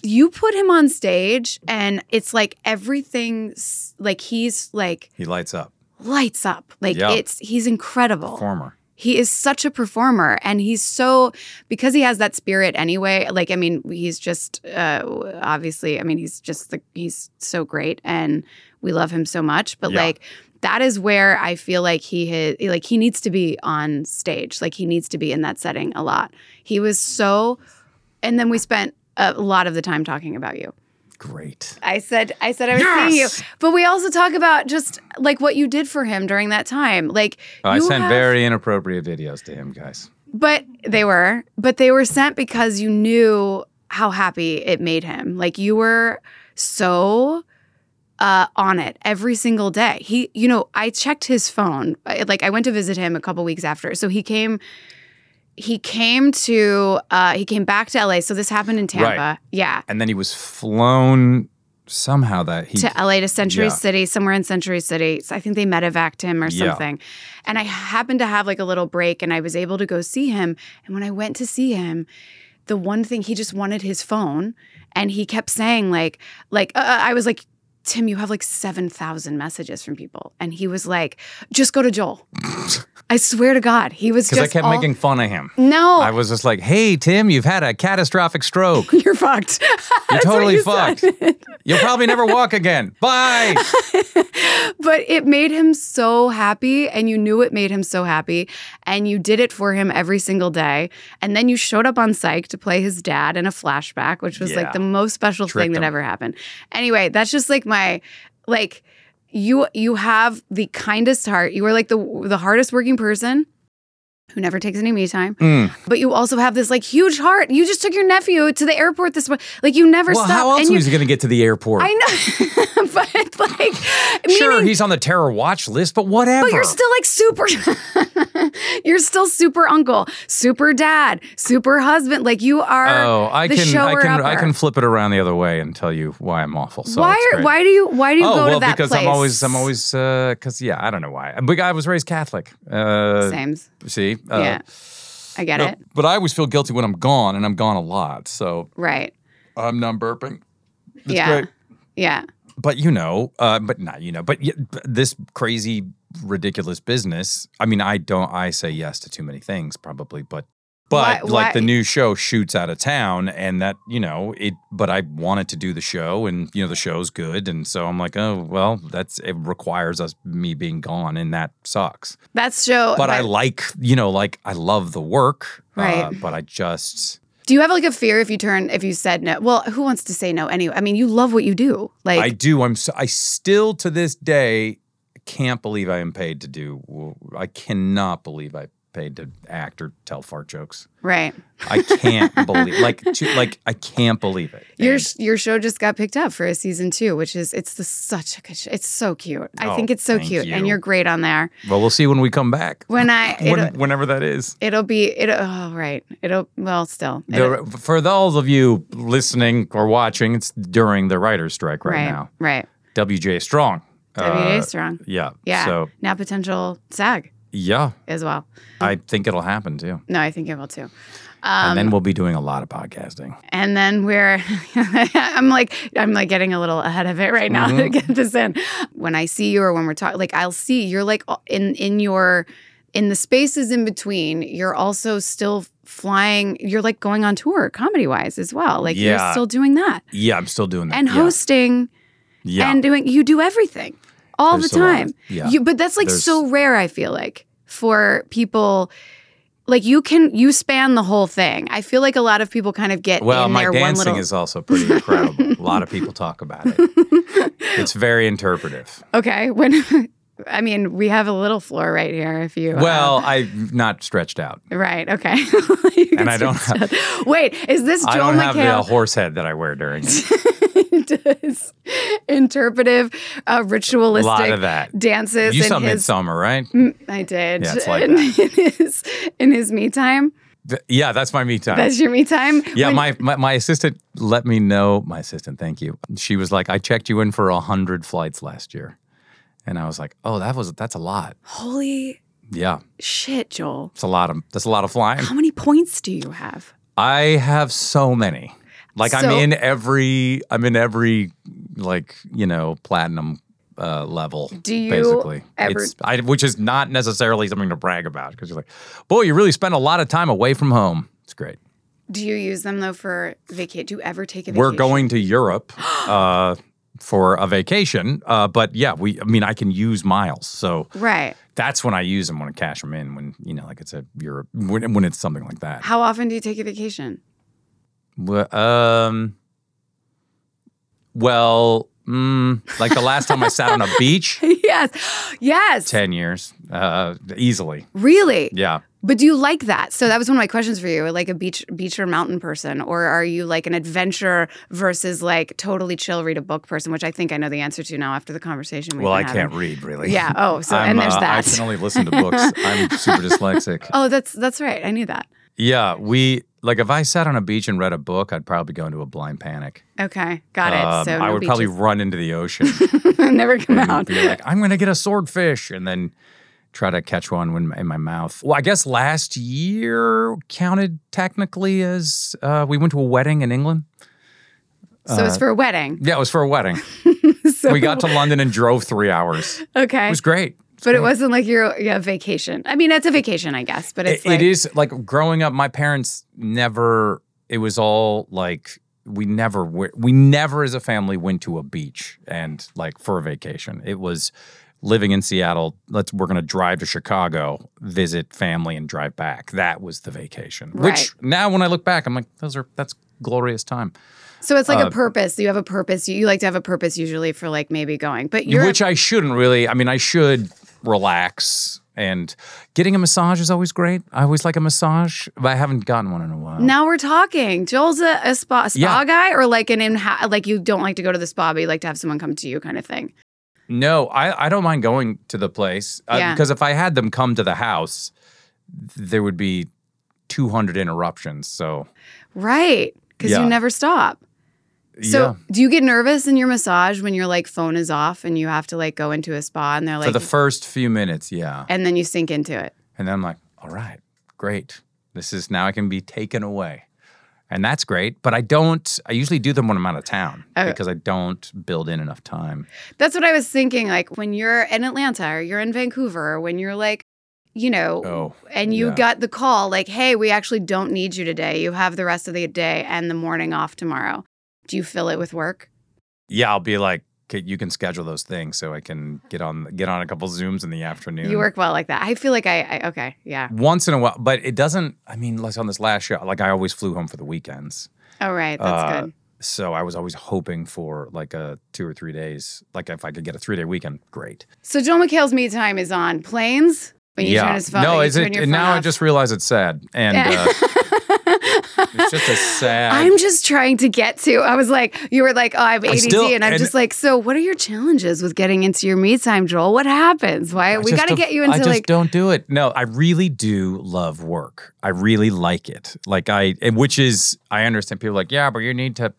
S1: you put him on stage and it's like everything's like he's like
S2: He lights up.
S1: lights up. Like,
S2: Yeah.
S1: it's, he's incredible.
S2: Former.
S1: He is such a performer and he's so, because he has that spirit anyway. Like, I mean, he's just, uh, obviously, I mean, he's just the, he's so great and we love him so much. But
S2: Yeah.
S1: like, that is where I feel like he has, like, he needs to be on stage. Like, he needs to be in that setting a lot. He was so, and then we spent a lot of the time talking about you.
S2: Great.
S1: I said, I said I was seeing you.
S2: Yes!
S1: But we also talk about just like what you did for him during that time. Like,
S2: Uh, Oh, I
S1: you
S2: sent
S1: have-
S2: very inappropriate videos to him, guys.
S1: But they were, but they were sent because you knew how happy it made him. Like you were so uh, on it every single day. He, you know, I checked his phone. I- Like I went to visit him a couple weeks after, so he came. He came to uh, he came back to LA. So this happened in Tampa.
S2: Right.
S1: Yeah.
S2: And then he was flown somehow that he
S1: to LA to Century
S2: yeah.
S1: City, somewhere in Century City. So I think they medevaced him or
S2: Yeah.
S1: something. And I happened to have like a little break and I was able to go see him. And when I went to see him, the one thing he just wanted his phone and he kept saying like like uh, I was like Tim, you have like 7,000 messages from people. And he was like, just go to
S2: [LAUGHS]
S1: Joel. I swear to God, he was
S2: because
S1: just
S2: I kept
S1: all- Oh.
S2: making fun of him.
S1: No,
S2: I was just like, "Hey Tim, you've had a catastrophic
S1: [LAUGHS]
S2: stroke.
S1: you're fucked. [LAUGHS]
S2: You're
S1: That's what
S2: totally
S1: you
S2: fucked.
S1: said. [LAUGHS]
S2: You'll probably never walk again. Bye."
S1: but it made him so happy and you knew it made him so happy and you did it for him every single day and then you showed up on psych to play his dad in a flashback which was
S2: Yeah.
S1: like the most special
S2: Tricked
S1: thing
S2: him.
S1: that ever happened anyway that's just like my like you you have the kindest heart you are like the the hardest working person who never takes any me
S2: [LAUGHS]
S1: time
S2: Mm.
S1: but you also have this like huge heart you just took your nephew to the airport this morning like you never
S2: Well,
S1: stop
S2: how else
S1: and you
S2: was he going to get to the airport?
S1: I know, [LAUGHS] but like,
S2: sure,
S1: meaning
S2: he's on the terror watch list, but whatever.
S1: But you're still like super. [LAUGHS] you're still super uncle, super dad, super husband. Like you are.
S2: Oh, I
S1: the
S2: can, I
S1: shower
S2: can, I
S1: upper.
S2: can flip it around the other way and tell you why I'm awful. So
S1: why
S2: it's
S1: are
S2: great.
S1: why do you why do you
S2: oh
S1: go
S2: well,
S1: to that
S2: because
S1: place?
S2: I'm always, I'm always, because yeah, I don't know why. But I was raised Catholic. Uh,
S1: same.
S2: See, uh,
S1: yeah, I get
S2: no,
S1: it.
S2: But I always feel guilty when I'm gone, and I'm gone a lot, so
S1: Right.
S2: I'm not burping. It's
S1: yeah.
S2: great.
S1: Yeah.
S2: but you know, uh, but not you know, but y- but this crazy, ridiculous business. I mean, I don't. I say yes to too many things, probably, but but
S1: Why-
S2: like
S1: why-
S2: the new show shoots out of town, and that you know it. But I wanted to do the show, and you know the show's good, and so I'm like, oh well, that's it requires us me being gone, and that sucks.
S1: That's show.
S2: But I like you know, like I love the work,
S1: Right.
S2: but I just
S1: Do you have like a fear if you turn if you said no? Well, who wants to say no anyway? I mean, you love what you do. Like
S2: I do. I'm. So, I still to this day can't believe I am paid to do. I cannot believe I paid to act or tell fart jokes.
S1: right. [LAUGHS]
S2: I can't believe like to, like I can't believe it.
S1: Your
S2: And-
S1: your show just got picked up for a season two, which is it's the such a good show. It's so cute. I
S2: Oh,
S1: think it's so
S2: thank
S1: cute, and
S2: you.
S1: you're great on there.
S2: well, we'll see when we come back.
S1: When I it'll,
S2: When, whenever that is.
S1: it'll be it'll oh, right it'll well still it'll-
S2: The, for those of you listening or watching, it's during the writer's strike right,
S1: right
S2: now.
S1: right
S2: WJ Strong.
S1: WDA
S2: Uh,
S1: strong
S2: Yeah.
S1: yeah
S2: So
S1: now potential SAG
S2: yeah,
S1: as well.
S2: I
S1: Um,
S2: think it'll happen too.
S1: No, I think it will too. Um,
S2: and then we'll be doing a lot of podcasting.
S1: and then we're [LAUGHS] i'm like i'm like getting a little ahead of it right now
S2: Mm-hmm.
S1: to get this in when i see you or when we're talking like i'll see you're like uh, in in your in the spaces in between you're also still flying you're like going on tour comedy wise as well like you're
S2: Yeah.
S1: still doing that
S2: Yeah, I'm still doing that.
S1: and
S2: Yeah.
S1: hosting
S2: Yeah.
S1: and doing you do everything all
S2: There's
S1: the
S2: a lot of-
S1: time
S2: yeah.
S1: you, but that's like
S2: There's-
S1: so rare i feel like for people like you can you span the whole thing i feel like a lot of people kind of get
S2: well,
S1: in
S2: my
S1: their one
S2: dancing
S1: little
S2: is also pretty incredible. a lot of people talk about
S1: [LAUGHS]
S2: it. It's very interpretive.
S1: Okay. When [LAUGHS] I mean, we have a little floor right here if you uh,
S2: Well, I'm not stretched out.
S1: right, okay. [LAUGHS] You can
S2: I don't
S1: switch that. Wait, is this
S2: I
S1: Joel
S2: don't have the
S1: McHale
S2: horse head that I wear during it.
S1: [LAUGHS] does interpretive uh, ritualistic
S2: that.
S1: dances
S2: you
S1: in
S2: saw
S1: his Mm.
S2: Midsummer, right?
S1: I did.
S2: Yeah, it's
S1: [LAUGHS]
S2: like
S1: in, in his in his me time.
S2: Th- yeah, that's my me time.
S1: That's your me time.
S2: yeah,
S1: When-
S2: my, my my assistant let me know. My assistant, thank you. She was like, I checked you in for a hundred flights last year, and I was like, Oh, that was that's a lot.
S1: holy
S2: Yeah,
S1: shit, Joel.
S2: it's a lot of that's a lot of flying.
S1: How many points do you have?
S2: I have so many. Like I'm
S1: So-
S2: in every I'm in every like you know platinum uh, level.
S1: Do you
S2: basically?
S1: ever-
S2: It's- I, which is not necessarily something to brag about because you're like, boy, you really spend a lot of time away from home. It's great.
S1: Do you use them though for vacate? Do you ever take a vacation?
S2: We're going
S1: [GASPS]
S2: to Europe uh, for a vacation, uh, but yeah, we. I mean, I can use miles, so
S1: right.
S2: that's when I use them when I cash them in. When you know, like it's a Europe when, when it's something like that.
S1: How often do you take a vacation? [LAUGHS]
S2: Well, um, well, mm, like the last time I sat on a
S1: [LAUGHS]
S2: beach,
S1: yes. Yes.
S2: ten years, uh, easily.
S1: Really?
S2: Yeah,
S1: But do you like that? So that was one of my questions for you. Like a beach beach or mountain person or are you like an adventure versus like totally chill read a book person, which I think I know the answer to now after the conversation we
S2: well, I can't read really.
S1: Yeah. Oh, so
S2: [LAUGHS] I'm,
S1: and there's
S2: uh, I
S1: that.
S2: can only listen to books. I'm super dyslexic.
S1: [LAUGHS] oh, that's that's right. I knew that.
S2: Yeah, we like if I sat on a beach and read a book, I'd probably go into a blind panic.
S1: Okay. Got it.
S2: Um,
S1: so
S2: I
S1: no
S2: would probably run into the
S1: [LAUGHS]
S2: ocean
S1: probably never come
S2: and
S1: out.
S2: be like, "I'm going to get a swordfish," and then try to catch one when, in my mouth. Well, I guess last year counted technically as uh, we went to a wedding in England.
S1: so it's for a wedding. [LAUGHS]
S2: Yeah, it was for a wedding.
S1: So
S2: Uh, we got to London and drove three hours. It
S1: Okay.
S2: was great.
S1: but it wasn't like your yeah, vacation. I mean, it's a vacation, I guess, but it's
S2: It-
S1: like
S2: it is like growing up. My parents never. It was all like we never we, we never as a family went to a beach and like for a vacation. It was living in Seattle. Let's we're gonna drive to Chicago, visit family, and drive back. That was the vacation.
S1: Right.
S2: Which now when I look back, I'm like those are that's glorious time.
S1: So it's
S2: uh,
S1: like a purpose. You have a purpose. You, you like to have a purpose usually for like maybe going, but you're
S2: Which I shouldn't really. I mean, I should relax. And getting a massage is always great. I always like a massage, but I haven't gotten one in a while.
S1: now we're talking. Joel's a, a spa, a spa
S2: uh, Yeah.
S1: guy, or like an in like you don't like to go to the spa, but you like to have someone come to you, kind of thing.
S2: No, I, I don't mind going to the place uh,
S1: Yeah.
S2: because if I had them come to the house, there would be 200 interruptions. So,
S1: Right? Because
S2: Yeah.
S1: you never stop. So
S2: yeah.
S1: do you get nervous in your massage when your like phone is off and you have to like go into a spa and they're
S2: For
S1: like,
S2: the first few minutes, yeah.
S1: and then you sink into it.
S2: And then I'm like, all right, great. This is now I can be taken away. And that's great. But I don't, I usually do them when I'm out of town
S1: Oh.
S2: because I don't build in enough time.
S1: That's what I was thinking. Like when you're in Atlanta or you're in Vancouver, or when you're like, you know,
S2: Oh,
S1: and you
S2: yeah.
S1: got the call like, hey, we actually don't need you today. You have the rest of the day and the morning off tomorrow. Do you fill it with work?
S2: Yeah, I'll be like, c- you can schedule those things so I can get on get on a couple Zooms in the afternoon.
S1: You work well like that. I feel like I, I okay, yeah.
S2: once in a while, but it doesn't. I mean, like on this last show, like I always flew home for the weekends.
S1: All right, that's
S2: Uh,
S1: good.
S2: So I was always hoping for like a two or three days. Like if I could get a three day weekend, great.
S1: So Joel McHale's me time is on planes when you turn his phone.
S2: no,
S1: you
S2: is
S1: turn
S2: it?
S1: your
S2: And
S1: phone
S2: now I
S1: off. [LAUGHS]
S2: just realize it's sad, and
S1: Yeah.
S2: uh, it's just a sad.
S1: I'm just trying to get to. I was like, you were like, oh, I have ADD,
S2: still-
S1: and I'm
S2: and-
S1: just like, so what are your challenges with getting into your me time, Joel? What happens? Why
S2: I
S1: we
S2: just
S1: got to
S2: don't-
S1: get you
S2: I
S1: into
S2: just
S1: like?
S2: don't do it. No, I really do love work. I really like it. Like I, and which is I understand people are like yeah, but you need to.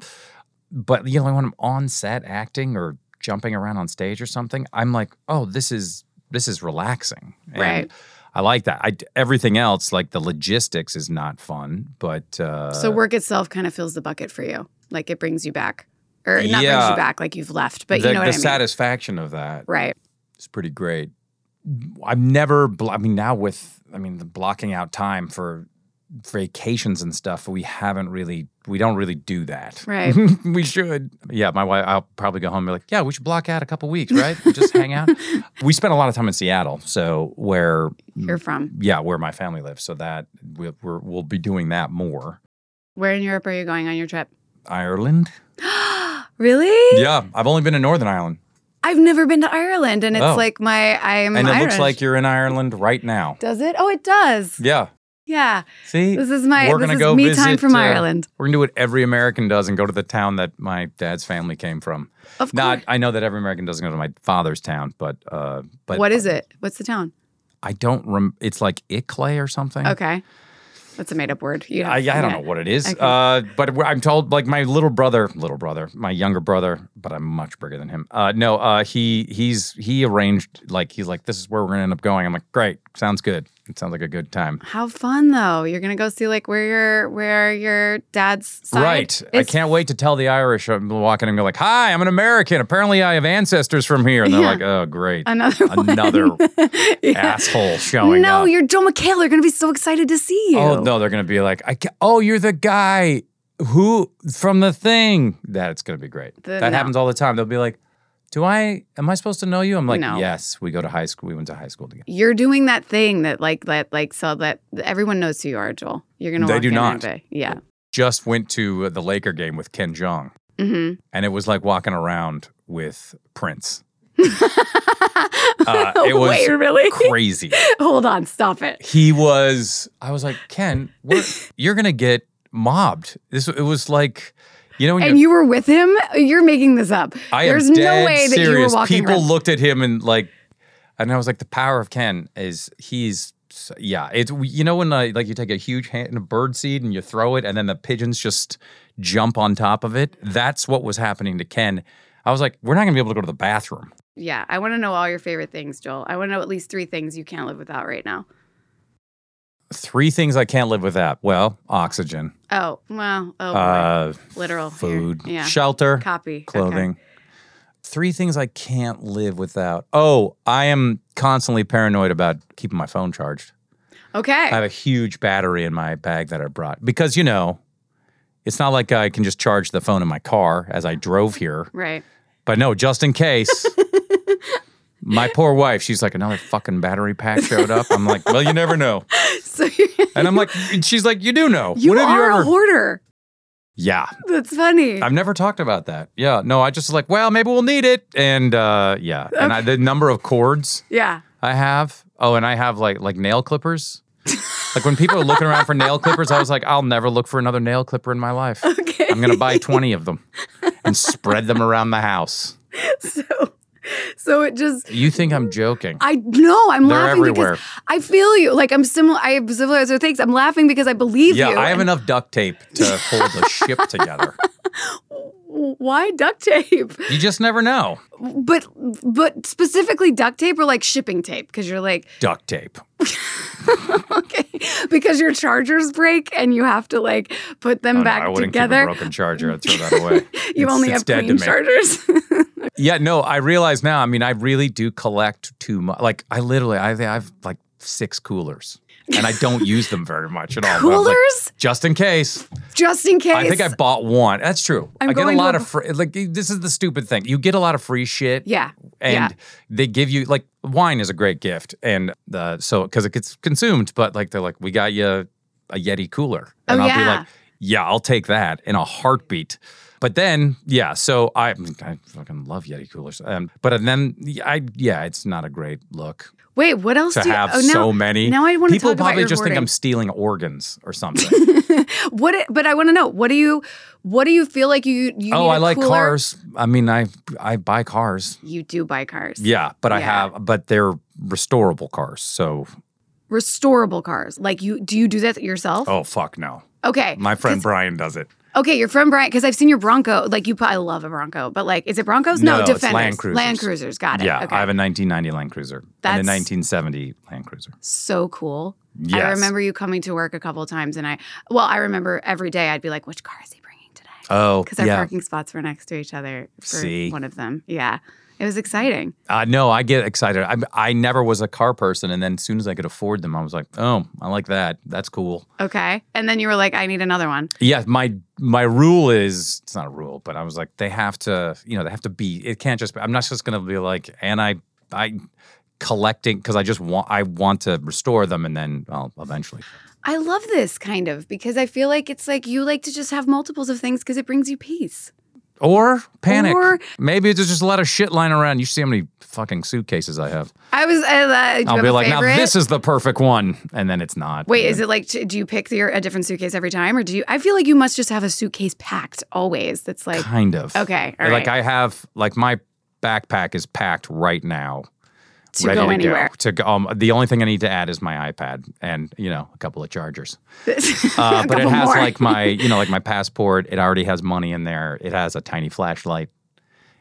S2: But you know, when I'm on set acting or jumping around on stage or something, I'm like, oh, this is this is relaxing. And
S1: Right.
S2: I like that. I everything else like the logistics is not fun, but uh,
S1: so work itself kind of fills the bucket for you. Like it brings you back, or not brings
S2: Yeah.
S1: you back, like you've left, but
S2: the,
S1: you know
S2: the
S1: what I mean,
S2: satisfaction of that
S1: right?
S2: It's pretty great. I've never, bl- I mean, now with, I mean, the blocking out time for vacations and stuff, we haven't really, we don't really do that.
S1: Right.
S2: [LAUGHS] we should. Yeah, my wife, I'll probably go home and be like, yeah, we should block out a couple weeks, right? Just hang
S1: [LAUGHS]
S2: out. We spent a lot of time in Seattle, so where,
S1: You're from.
S2: yeah, where my family lives. So that we'll, we're, we'll be doing that more.
S1: Where in Europe are you going on your trip? [LAUGHS]
S2: Ireland?
S1: really?
S2: Yeah, I've only been to Northern Ireland.
S1: I've never been to Ireland, and it's
S2: Oh.
S1: like my I'm.
S2: and it
S1: Mm, Irish.
S2: looks like you're in Ireland right now.
S1: Does it? Oh, it does.
S2: Yeah.
S1: Yeah.
S2: See?
S1: This is my.
S2: We're
S1: this
S2: gonna
S1: is
S2: go
S1: me
S2: visit,
S1: time from
S2: uh,
S1: Ireland.
S2: We're gonna do what every American does and go to the town that my dad's family came from.
S1: Of
S2: Not,
S1: course.
S2: I know that every American doesn't go to my father's town, but uh, but
S1: what is it? What's the town?
S2: I don't rem. It's like Ickley or something.
S1: Okay. That's a made up word. You
S2: I, I don't know what it is, uh, but we're- I'm told like my little brother, little brother, my younger brother, but I'm much bigger than him. Uh, no, uh, he he's he arranged like he's like this is where we're gonna end up going. I'm like great, sounds good. It sounds like a good time.
S1: How fun though. You're gonna go see like where your where your dad's side
S2: Right. I
S1: is
S2: can't wait to tell the Irish I'm walking and go like, "Hi, I'm an American. Apparently, I have ancestors from here." And they're
S1: Yeah.
S2: like, "Oh, great,
S1: [LAUGHS] Another one.
S2: another
S1: [LAUGHS] Yeah.
S2: asshole showing
S1: No,
S2: up."
S1: you're Joe McHale. They're gonna be so excited to see you.
S2: oh no, they're gonna be like, I ca- "Oh, you're the guy who from the thing." That's gonna be great.
S1: The-
S2: that
S1: Uh, no.
S2: happens all the time. They'll be like, "Do I? Am I supposed to know you?" I'm like,
S1: No.
S2: "Yes, we go to high school. We went to high school together."
S1: You're doing that thing that like that like so that everyone knows who you are, Joel. You're gonna
S2: They
S1: walk
S2: do
S1: in
S2: not.
S1: and be- Yeah.
S2: Just went to uh, the Laker game with Ken Jong,
S1: Mm-hmm.
S2: and it was like walking around with
S1: [LAUGHS]
S2: Prince. Uh, it was
S1: Wait, really?
S2: Crazy.
S1: Hold on, stop it.
S2: he was i was like ken
S1: [LAUGHS]
S2: we're, you're gonna get mobbed this it was like you know when
S1: And you were with him? You're making this up.
S2: I am
S1: There's no
S2: dead
S1: way that you were
S2: serious.
S1: walking
S2: people
S1: around.
S2: looked at him and like and i was like the power of ken is he's yeah it's you know when uh, like you take a huge hand a bird seed and you throw it and then the pigeons just jump on top of it that's what was happening to ken i was like we're not gonna be able to go to the bathroom
S1: Yeah, I want to know all your favorite things, Joel. I want to know at least three things you can't live without right now.
S2: three things i can't live without well oxygen
S1: Oh, well, oh, boy.
S2: uh
S1: literal here.
S2: food
S1: Yeah.
S2: shelter
S1: copy Okay.
S2: clothing. Three things I can't live without. Oh, I am constantly paranoid about keeping my phone charged.
S1: Okay,
S2: I have a huge battery in my bag that I brought because, you know, it's not like I can just charge the phone in my car as I drove here. [LAUGHS]
S1: right. [LAUGHS]
S2: But no, just in case. My poor wife, she's like, another fucking battery pack showed up. I'm like, well, you never know.
S1: So you're,
S2: And I'm like, and she's like, you do know.
S1: you
S2: When have
S1: are
S2: you ever?
S1: a hoarder.
S2: yeah.
S1: That's funny.
S2: I've never talked about that. Yeah. No, I just was like, well, maybe we'll need it. And uh, yeah. And I, the number of cords
S1: yeah, [LAUGHS]
S2: I have. Oh, and I have like like nail clippers. like when people are looking around for nail clippers, I was like, I'll never look for another nail clipper in my life.
S1: Okay.
S2: I'm gonna buy 20 of them and spread them around the house.
S1: so so it just
S2: You think I'm joking.
S1: I know I'm
S2: They're
S1: laughing
S2: everywhere.
S1: because I feel you. Like I'm similar. I have similar other things. I'm laughing because I believe
S2: yeah,
S1: you.
S2: I have
S1: And
S2: enough duct tape to hold a ship together.
S1: Why duct tape? [LAUGHS]
S2: You just never know.
S1: But but specifically duct tape or like shipping tape because you're like
S2: Duct tape.
S1: okay [LAUGHS] because your chargers break and you have to like put them
S2: Oh, no,
S1: back
S2: I wouldn't keep a
S1: together.
S2: broken charger. I'd throw that away.
S1: [LAUGHS] you
S2: It's-
S1: only
S2: it's
S1: have
S2: dead to
S1: clean
S2: me.
S1: chargers. [LAUGHS]
S2: Yeah, no, I realize now. I mean, I really do collect too much. Like, I literally, I, I have like six coolers. and I don't use them very much at all. but I was
S1: Coolers,
S2: like, just in case.
S1: just in case.
S2: I think I bought one. That's true.
S1: I'm
S2: I get a
S1: going to
S2: lot
S1: a-
S2: of free, like this is the stupid thing. You get a lot of free shit.
S1: Yeah. yeah.
S2: And they give you like wine is a great gift, and uh, so because it gets consumed, but like they're like, we got you a Yeti cooler,
S1: Oh,
S2: and I'll be
S1: yeah.
S2: like, yeah, I'll take that in a heartbeat. But then, yeah, so I, I fucking love Yeti coolers. Um, but then, I yeah, it's not a great look
S1: Wait, what else
S2: to
S1: do you
S2: have
S1: oh, now,
S2: so many.
S1: Now I want to
S2: People
S1: talk
S2: probably
S1: about your
S2: just think
S1: hoarding.
S2: I'm stealing organs
S1: [LAUGHS]
S2: or something.
S1: what? it- But I want to know what do you what do you feel like you you
S2: oh,
S1: need
S2: I
S1: a
S2: like
S1: cooler?
S2: cars. I mean, I I buy cars.
S1: You do buy cars.
S2: Yeah, but I
S1: Yeah.
S2: have, but they're restorable cars. So,
S1: Restorable cars. Like you do you do that yourself?
S2: oh fuck no.
S1: Okay.
S2: My friend
S1: 'Cause-
S2: Brian does it.
S1: Okay, your friend Brian, because I've seen your Bronco. Like you, I love a Bronco, but like, is it Broncos?
S2: No, it's
S1: Defenders.
S2: Land Cruisers.
S1: Land Cruisers. Got it.
S2: Yeah,
S1: Okay.
S2: I have a 1990 Land Cruiser and
S1: That's-
S2: a 1970 Land Cruiser.
S1: so cool.
S2: Yes.
S1: I remember you coming to work a couple of times, and I, well, I remember every day I'd be like, which car is he bringing today?
S2: Oh,
S1: Because our
S2: yeah.
S1: parking spots were next to each other for
S2: See?
S1: one of them. Yeah. It was exciting.
S2: Uh, no, I get excited. I, I never was a car person, and then as soon as I could afford them, I was like, oh, I like that. That's cool.
S1: Okay. And then you were like, I need another one.
S2: Yeah, my my rule is it's not a rule, but I was like, they have to, you know, they have to be. It can't just. be- I'm not just gonna be like, and I I collecting because I just want I want to restore them, and then I'll eventually.
S1: I love this kind of because I feel like it's like you like to just have multiples of things because it brings you peace.
S2: Or panic.
S1: Or-
S2: Maybe there's just a lot of shit lying around. You see how many fucking suitcases I have.
S1: I was, I, uh, do you
S2: I'll
S1: have
S2: be
S1: a
S2: like, now
S1: favorite?
S2: this is the perfect one, and then it's not.
S1: Wait, is it like t- do you pick your a different suitcase every time, or do you? I feel like you must just have a suitcase packed always. That's like
S2: kind of
S1: okay, all
S2: like
S1: right.
S2: I have like my backpack is packed right now.
S1: to
S2: ready
S1: go anywhere. [LAUGHS]
S2: To go. To go- um, the only thing I need to add is my iPad and you know a couple
S1: [LAUGHS]
S2: of chargers. Uh,
S1: A
S2: but it
S1: couple
S2: has
S1: more.
S2: like my you know
S1: [LAUGHS]
S2: like my passport. It already has money in there. It has a tiny flashlight.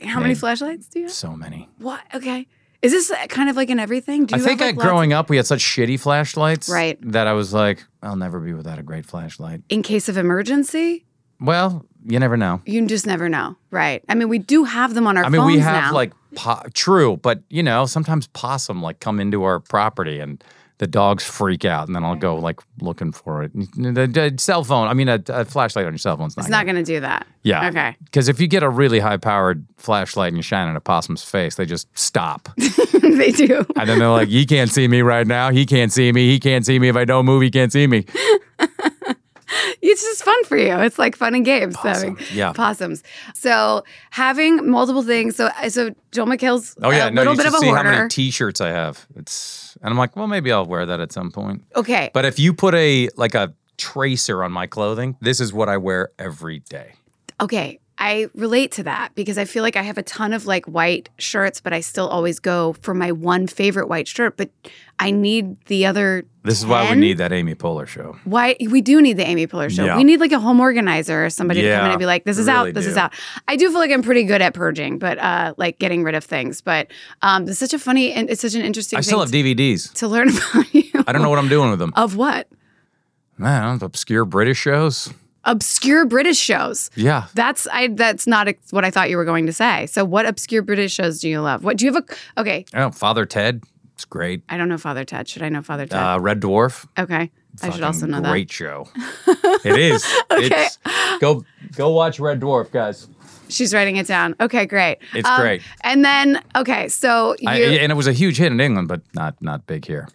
S1: How many
S2: name.
S1: flashlights do you have?
S2: So many.
S1: What? Okay, is this uh, kind of like an everything? Do
S2: I
S1: you
S2: think
S1: have, like,
S2: I,
S1: lots of-
S2: growing up we had such shitty flashlights.
S1: Right.
S2: That I was like, I'll never be without a great flashlight.
S1: in case of emergency?
S2: Well, you never know.
S1: You just never know, right? I mean, we do have them on our
S2: I mean,
S1: phones
S2: we have
S1: now.
S2: like po- true, but you know, sometimes possum like come into our property and the dogs freak out, and then I'll
S1: Mm.
S2: go like looking for it. The, the cell phone, I mean, a, a flashlight on your cell phone's not.
S1: it's
S2: gonna-
S1: not going to do that.
S2: yeah.
S1: Okay. [LAUGHS]
S2: Because if you get a really high powered flashlight and you shine it in a possum's face, they just stop,
S1: they do.
S2: and then they're like, "He can't see me right now. He can't see me. He can't see me. If I don't move, he can't see me."
S1: It's just fun for you. It's like fun and games. having
S2: Possum, yeah.
S1: Possums. So having multiple things. So so Joel McHale's
S2: Oh yeah,
S1: a
S2: no,
S1: little
S2: you
S1: bit of
S2: should
S1: a
S2: see how
S1: hoarder.
S2: many T-shirts I have. It's and I'm like, well, maybe I'll wear that at some point.
S1: okay.
S2: But if you put a like a tracer on my clothing, this is what I wear every day.
S1: Okay, I relate to that because I feel like I have a ton of like white shirts, but I still always go for my one favorite white shirt. But I need the other.
S2: This is why we
S1: 10.
S2: need that Amy Poehler show.
S1: Why we do need the Amy Poehler show.
S2: Yeah.
S1: We need like a home organizer or somebody to come in
S2: Yeah,
S1: and be like, "This
S2: we
S1: is
S2: really
S1: out. This is
S2: do.
S1: out." I do feel like I'm pretty good at purging, but uh, like getting rid of things. But um, it's such a funny and it's such an interesting.
S2: I
S1: thing
S2: still have
S1: to,
S2: DVDs.
S1: to learn [LAUGHS] about you.
S2: I don't know what I'm doing with them.
S1: of what
S2: Man, I don't know, obscure British shows.
S1: obscure British shows.
S2: Yeah.
S1: That's I. That's not ex- what I thought you were going to say. So, what obscure British shows do you love? What do you have a? Okay,
S2: Oh, Father Ted. It's great.
S1: I don't know Father Ted. Should I know Father Ted?
S2: Uh, Red Dwarf.
S1: okay, I should
S2: Fucking
S1: also know
S2: Great
S1: [LAUGHS]
S2: show. it is. It's, go go watch Red Dwarf, guys.
S1: that. She's writing it down. Okay, great. Um,
S2: It's great.
S1: And then, okay, so you,
S2: I, and it was a huge hit in England, but not not big here.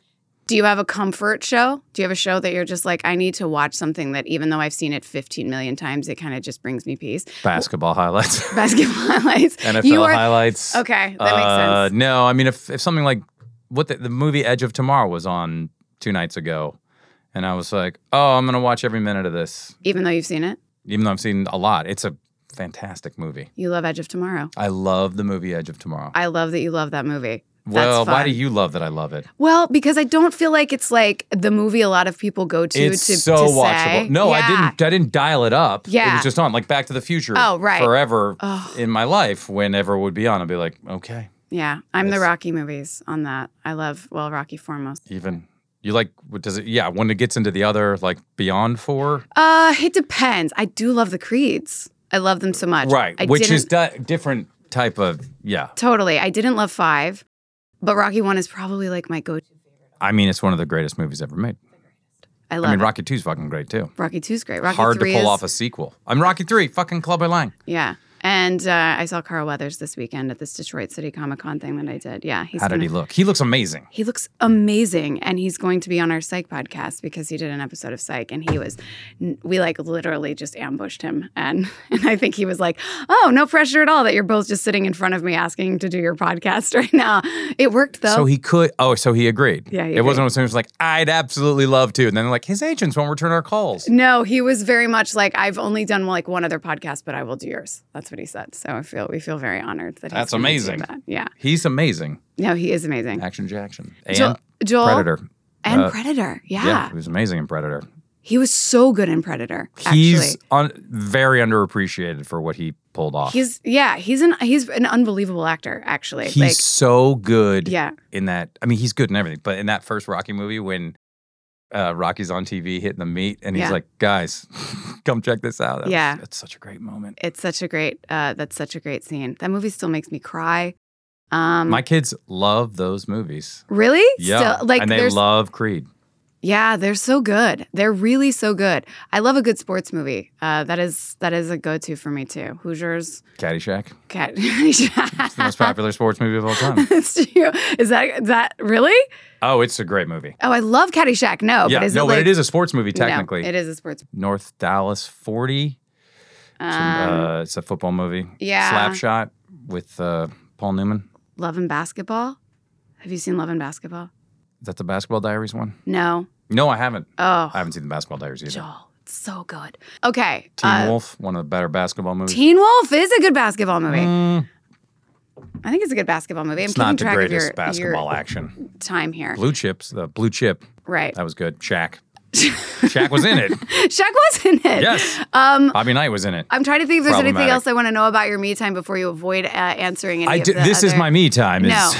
S1: do you have a comfort show? Do you have a show that you're just like, I need to watch something that even though I've seen it 15 million times, it kind of just brings me peace? [LAUGHS]
S2: Basketball highlights. [LAUGHS]
S1: Basketball highlights.
S2: NFL
S1: you are,
S2: highlights.
S1: Okay, that makes
S2: Uh,
S1: sense.
S2: No, I mean if if something like what the, the movie Edge of Tomorrow was on two nights ago, and I was like, oh, I'm gonna watch every minute of this,
S1: Even though you've seen it,
S2: even though I've seen a lot. It's a fantastic movie.
S1: you love Edge of Tomorrow.
S2: I love the movie Edge of Tomorrow.
S1: I love that you love that movie.
S2: well,
S1: That's fun.
S2: why do you love that? I love it.
S1: Well, because I don't feel like it's like the movie a lot of people go to
S2: it's
S1: to
S2: so
S1: to
S2: watchable.
S1: say.
S2: No, I
S1: Yeah.
S2: didn't. I didn't dial it up. it
S1: Yeah.
S2: was just on, like Back to the Future.
S1: Oh, right.
S2: Forever
S1: Oh.
S2: in my life, whenever it would be on, I'd be like, okay,
S1: Yeah, I'm the
S2: That's-
S1: Rocky movies on that. I love well Rocky foremost.
S2: even. You like what does it? Yeah, when it gets into the other, like Beyond Four,
S1: Uh, it depends. I do love the Creeds. I love them so much.
S2: right
S1: I
S2: which
S1: didn't,
S2: is di- different type of yeah
S1: totally. I didn't love five, but Rocky one is probably like my go-to.
S2: i mean it's one of the greatest movies ever made
S1: I love
S2: I mean,
S1: it.
S2: Rocky Two's fucking great too.
S1: Rocky Two's great. Rocky
S2: Hard to
S1: three
S2: pull
S1: is,
S2: off a sequel. I'm Rocky Three. Fucking Club I Lang.
S1: yeah. And uh, I saw Carl Weathers this weekend at this Detroit City Comic Con thing that I did. Yeah, he's
S2: How did
S1: gonna-
S2: he look? He looks amazing.
S1: He looks amazing, and he's going to be on our Psych podcast because he did an episode of Psych, and he was, we like literally just ambushed him, and [LAUGHS] and I think he was like, oh, no pressure at all that you're both just sitting in front of me asking to do your podcast [LAUGHS] right now. It worked though.
S2: So he could. Oh, so he agreed.
S1: Yeah, he
S2: it wasn't. It was like I'd absolutely love to, and then like his agents won't return our calls.
S1: no, he was very much like I've only done like one other podcast, but I will do yours. That's what he said. So I feel we feel very honored that he's
S2: That's
S1: gonna do
S2: amazing.
S1: that. Yeah,
S2: He's amazing.
S1: no, he is amazing.
S2: Action Jackson and
S1: Jo- Joel
S2: Predator.
S1: and
S2: Uh,
S1: Predator. oh, Yeah.
S2: Yeah, he was amazing in Predator.
S1: he was so good in Predator.
S2: He's
S1: actually.
S2: un- very underappreciated for what he pulled off.
S1: He's yeah, he's an he's an unbelievable actor actually.
S2: He's so good.
S1: like yeah,
S2: in that I mean he's good in everything, but in that first Rocky movie when uh, Rocky's on TV hitting the meat and he's
S1: Yeah.
S2: like, guys, [LAUGHS] come check this out. That was-
S1: Yeah.
S2: That's such a great moment.
S1: it's such a great uh that's such a great scene. That movie still makes me cry. Um
S2: My kids love those movies.
S1: really?
S2: Yeah.
S1: Still, like
S2: and they
S1: there's
S2: love Creed.
S1: Yeah, they're so good. They're really so good. I love a good sports movie. Uh that is that is a go-to for me too. Hoosiers,
S2: Caddyshack.
S1: Cat. [LAUGHS]
S2: It's the most popular sports movie of all time.
S1: it's true. Is that is that really?
S2: Oh, it's a great movie.
S1: Oh, I love Caddyshack. No,
S2: yeah.
S1: Oh, but is
S2: no,
S1: it
S2: but
S1: like,
S2: it is a sports movie
S1: no,
S2: technically.
S1: it is a sports.
S2: North Dallas 40.
S1: Um,
S2: It's, an- uh, it's a football movie.
S1: yeah.
S2: Slapshot with uh, Paul Newman.
S1: Love and Basketball. Have you seen Love and Basketball?
S2: Is that the Basketball Diaries one?
S1: No.
S2: No, I haven't.
S1: Oh,
S2: I haven't seen the Basketball Diaries either.
S1: Joel, it's so good. Okay.
S2: Teen
S1: uh,
S2: Wolf, one of the better basketball movies.
S1: Teen Wolf is a good basketball movie.
S2: Mm,
S1: I think it's a good basketball movie. I'm
S2: it's
S1: keeping
S2: not the
S1: track
S2: greatest
S1: of your, [LAUGHS]
S2: basketball
S1: your
S2: action.
S1: time here.
S2: Blue Chips, the Blue Chip,
S1: Right.
S2: that was good. Shaq, Shaq was in
S1: [LAUGHS]
S2: it.
S1: Shaq was in it.
S2: Yes,
S1: Um,
S2: Bobby Knight was in it.
S1: I'm trying to think if there's anything
S2: Problematic.
S1: else I want to know about your me time before you avoid uh, answering any
S2: I
S1: of
S2: do,
S1: the
S2: this is
S1: other-
S2: my me time. Is
S1: No.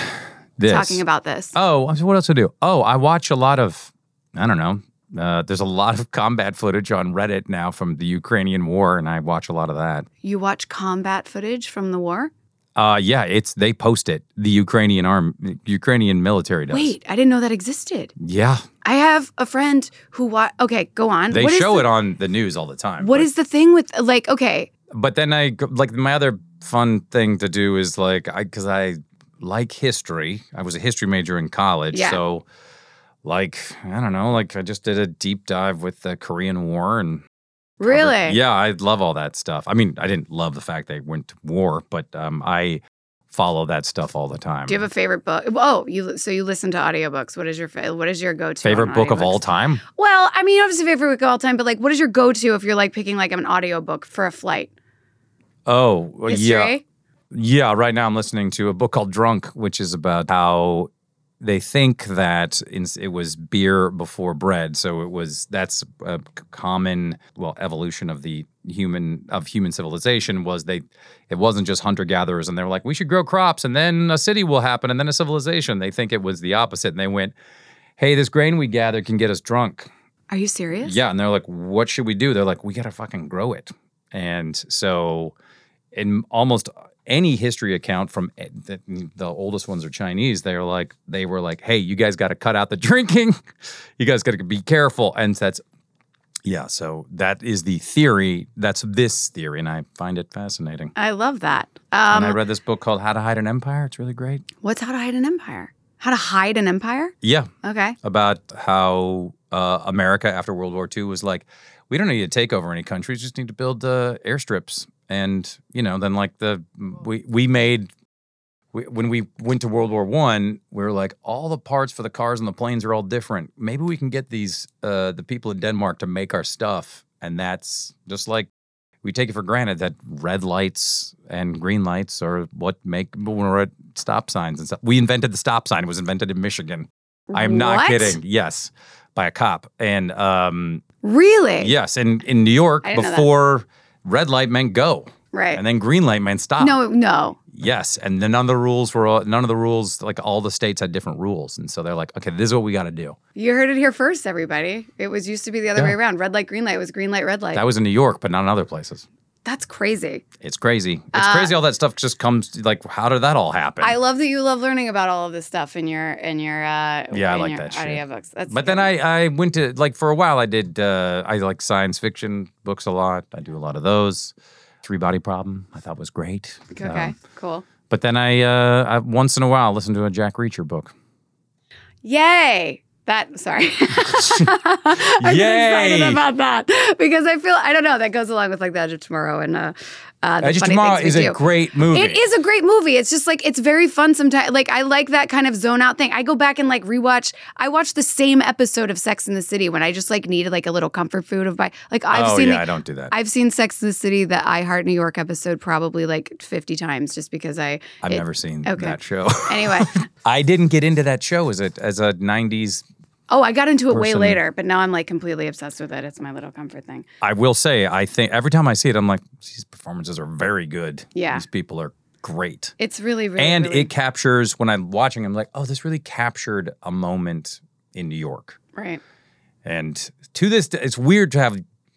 S2: this
S1: talking about this.
S2: Oh, so what else I do? Oh, I watch a lot of. I don't know. Uh, there's a lot of [LAUGHS] combat footage on Reddit now from the Ukrainian war, and I watch a lot of that.
S1: You watch combat footage from the war?
S2: Uh, yeah, it's they post it. The Ukrainian arm, Ukrainian military does.
S1: Wait, I didn't know that existed.
S2: yeah,
S1: I have a friend who wa- Okay, go on.
S2: they
S1: What is
S2: show
S1: the-
S2: it on the news all the time.
S1: What
S2: but-
S1: is the thing with like? Okay,
S2: but then I go- like my other fun thing to do is like I because I like history. I was a history major in college,
S1: Yeah.
S2: so like I don't know, like I just did a deep dive with the Korean War and covered-
S1: really?
S2: yeah, I love all that stuff. I mean, I didn't love the fact they went to war, but um, I follow that stuff all the time.
S1: Do you have a favorite book? Oh, you so you listen to audiobooks. What is your fa- what is your go to
S2: favorite book of all time?
S1: Well, I mean, obviously favorite book of all time, but like, what is your go to if you're like picking like an audiobook for a flight?
S2: Oh, well, yeah.
S1: History?
S2: Yeah, right now I'm listening to a book called Drunk, which is about how they think that in, it was beer before bread. So it was that's a c- common well evolution of the human of human civilization was they it wasn't just hunter gatherers and they were like we should grow crops and then a city will happen and then a civilization. They think it was the opposite and they went, "Hey, this grain we gather can get us drunk."
S1: Are you serious?
S2: Yeah, and they're like, "What should we do?" They're like, "We got to fucking grow it." And so, in almost any history account from eh, the, the oldest ones are Chinese, they're like, they were like, "Hey, you guys got to cut out the [LAUGHS] drinking. you guys got to be careful." And that's yeah. So that is the theory. That's this theory, and I find it fascinating.
S1: I love that.
S2: and I
S1: Um,
S2: read this book called How to Hide an Empire. It's really great.
S1: what's how to hide an empire? How to hide an empire?
S2: Yeah,
S1: Okay.
S2: about how uh, America after World War II was like, we don't need to take over any countries, just need to build uh, airstrips. And you know, then like the we we made we, when we went to World War One, we were like, all the parts for the cars and the planes are all different. Maybe we can get these uh, the people in Denmark to make our stuff, and that's just like. We take it for granted that red lights and green lights are what make when we're at stop signs and stuff. We invented the stop sign. It was invented in Michigan. I'm not
S1: What?
S2: kidding. Yes, by a cop. And um,
S1: Really?
S2: yes, and in New York
S1: I didn't know that.
S2: before red light meant go,
S1: Right.
S2: and then green light meant stop.
S1: No, no.
S2: Yes, and then none of the rules were all, none of the rules like all the states had different rules, and so they're like, okay, this is what we got to do.
S1: You heard it here first, everybody. It was used to be the other way around. Red light, green light was green light, red light.
S2: That was in New York, but not in other places.
S1: That's crazy.
S2: It's crazy. It's crazy. All that stuff just comes like, how did that all happen?
S1: Uh, I love that you love learning about all of this stuff in your in your uh
S2: Yeah, I
S1: in
S2: like
S1: your
S2: that shit.
S1: audiobooks. That's
S2: but then I, I went to like for a while I did uh, I like science fiction books a lot. I do a lot of those. Three Body Problem I thought was great.
S1: okay,
S2: Um,
S1: cool.
S2: but then I, uh, I once in a while listen to a Jack Reacher book.
S1: Yay! That sorry. [LAUGHS] I'm
S2: Yay.
S1: excited about that because I feel I don't know that goes along with like the Edge of Tomorrow and uh, uh the
S2: Edge of
S1: funny
S2: Tomorrow
S1: things we
S2: is
S1: do.
S2: a great movie.
S1: It is a great movie. It's just like it's very fun sometimes. Like I like that kind of zone out thing. I go back and like rewatch. I watched the same episode of Sex in the City when I just like needed like a little comfort food of my like I've
S2: oh
S1: seen
S2: yeah,
S1: the-
S2: I don't do that.
S1: I've seen Sex in the City, the I Heart New York episode, probably like 50 times just because I.
S2: I've
S1: it-
S2: never seen
S1: okay.
S2: that show.
S1: [LAUGHS]
S2: [LAUGHS]
S1: Anyway.
S2: I didn't get into that show as a as a '90s.
S1: Oh, I got into it way
S2: Person-
S1: later, but now I'm like completely obsessed with it. It's my little comfort thing.
S2: I will say, I think every time I see it, I'm like, these performances are very good.
S1: Yeah.
S2: these people are great.
S1: It's really, really.
S2: and
S1: really-
S2: it captures when I'm watching, I'm like, oh, this really captured a moment in New York.
S1: Right.
S2: And to this, day, it's weird to have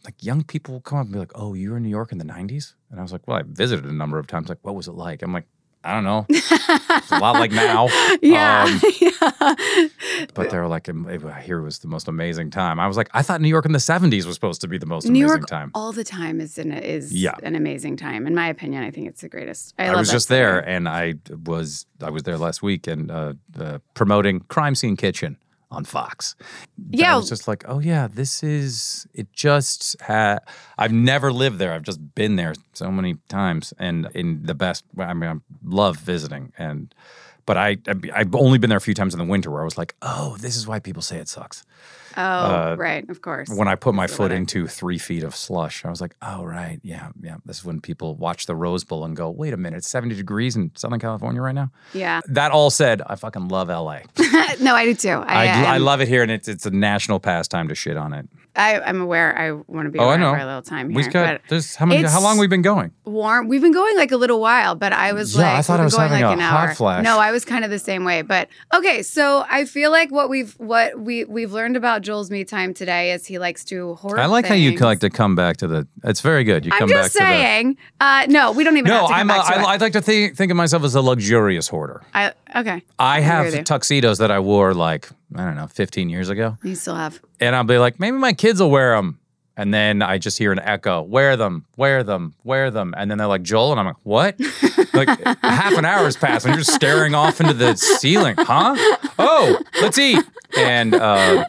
S2: like young people come up and be like, oh, you were in New York in the 90s? And I was like, well, I visited a number of times. Like, what was it like? I'm like, I don't know. It's a lot like now.
S1: [LAUGHS] Yeah.
S2: Um,
S1: yeah.
S2: but they were like, I hear it was the most amazing time. I was like, I thought New York in the 70s was supposed to be the most
S1: New
S2: amazing
S1: York
S2: time.
S1: all the time is an, is
S2: Yeah.
S1: an amazing time. In my opinion, I think it's the greatest. I,
S2: I,
S1: love
S2: was
S1: that
S2: just
S1: city.
S2: there, and I was I was there last week and uh, uh, promoting Crime Scene Kitchen on Fox. But
S1: Yeah.
S2: I was just like, oh yeah, this is it. Just ha- I've never lived there. I've just been there so many times, and in the best. I mean, I love visiting, and but I I've only been there a few times in the winter where I was like, oh, this is why people say it sucks.
S1: Oh,
S2: uh,
S1: right. Of course.
S2: When I put my
S1: the
S2: foot
S1: weather.
S2: into three feet of slush, I was like, oh right, yeah, yeah. This is when people watch the Rose Bowl and go, wait a minute, it's seventy degrees in Southern California right now.
S1: yeah. [LAUGHS]
S2: That all said, I fucking love LA.
S1: no, I do too. I,
S2: I, I
S1: am-
S2: love it here, and it's it's a national pastime to shit on it.
S1: I, I'm aware I want to be
S2: Oh, I
S1: aware
S2: know.
S1: of our little time here.
S2: We've got
S1: but-
S2: there's how many how
S1: it's-
S2: long we've been going?
S1: warm. We've been going like a little while, but I was
S2: Yeah,
S1: like,
S2: I thought
S1: we've
S2: I
S1: been
S2: was
S1: going
S2: having
S1: like
S2: a
S1: an
S2: hot
S1: hour.
S2: flash.
S1: No, I was kind of the same way. But okay, so I feel like what we've what we we've learned about Joel's me time today is he likes to horror.
S2: I like how you
S1: things.
S2: like to come back to the. It's very good. You
S1: I'm
S2: come
S1: just
S2: back
S1: saying. Uh, no, we don't
S2: to the.
S1: even
S2: No,
S1: have to come
S2: I'm. A,
S1: back to
S2: I,
S1: it.
S2: I'd like to think think of myself as a luxurious hoarder.
S1: I, okay.
S2: I
S1: with you.
S2: have tuxedos that I wore like I don't know 15 years ago,
S1: You still have.
S2: and I'll be like, maybe my kids will wear them, and then I just hear an echo, wear them, wear them, wear them, and then they're like Joel, and I'm like, what?
S1: [LAUGHS]
S2: like half an hour has passed, and you're just staring off into the ceiling, huh? Oh, let's eat, and uh,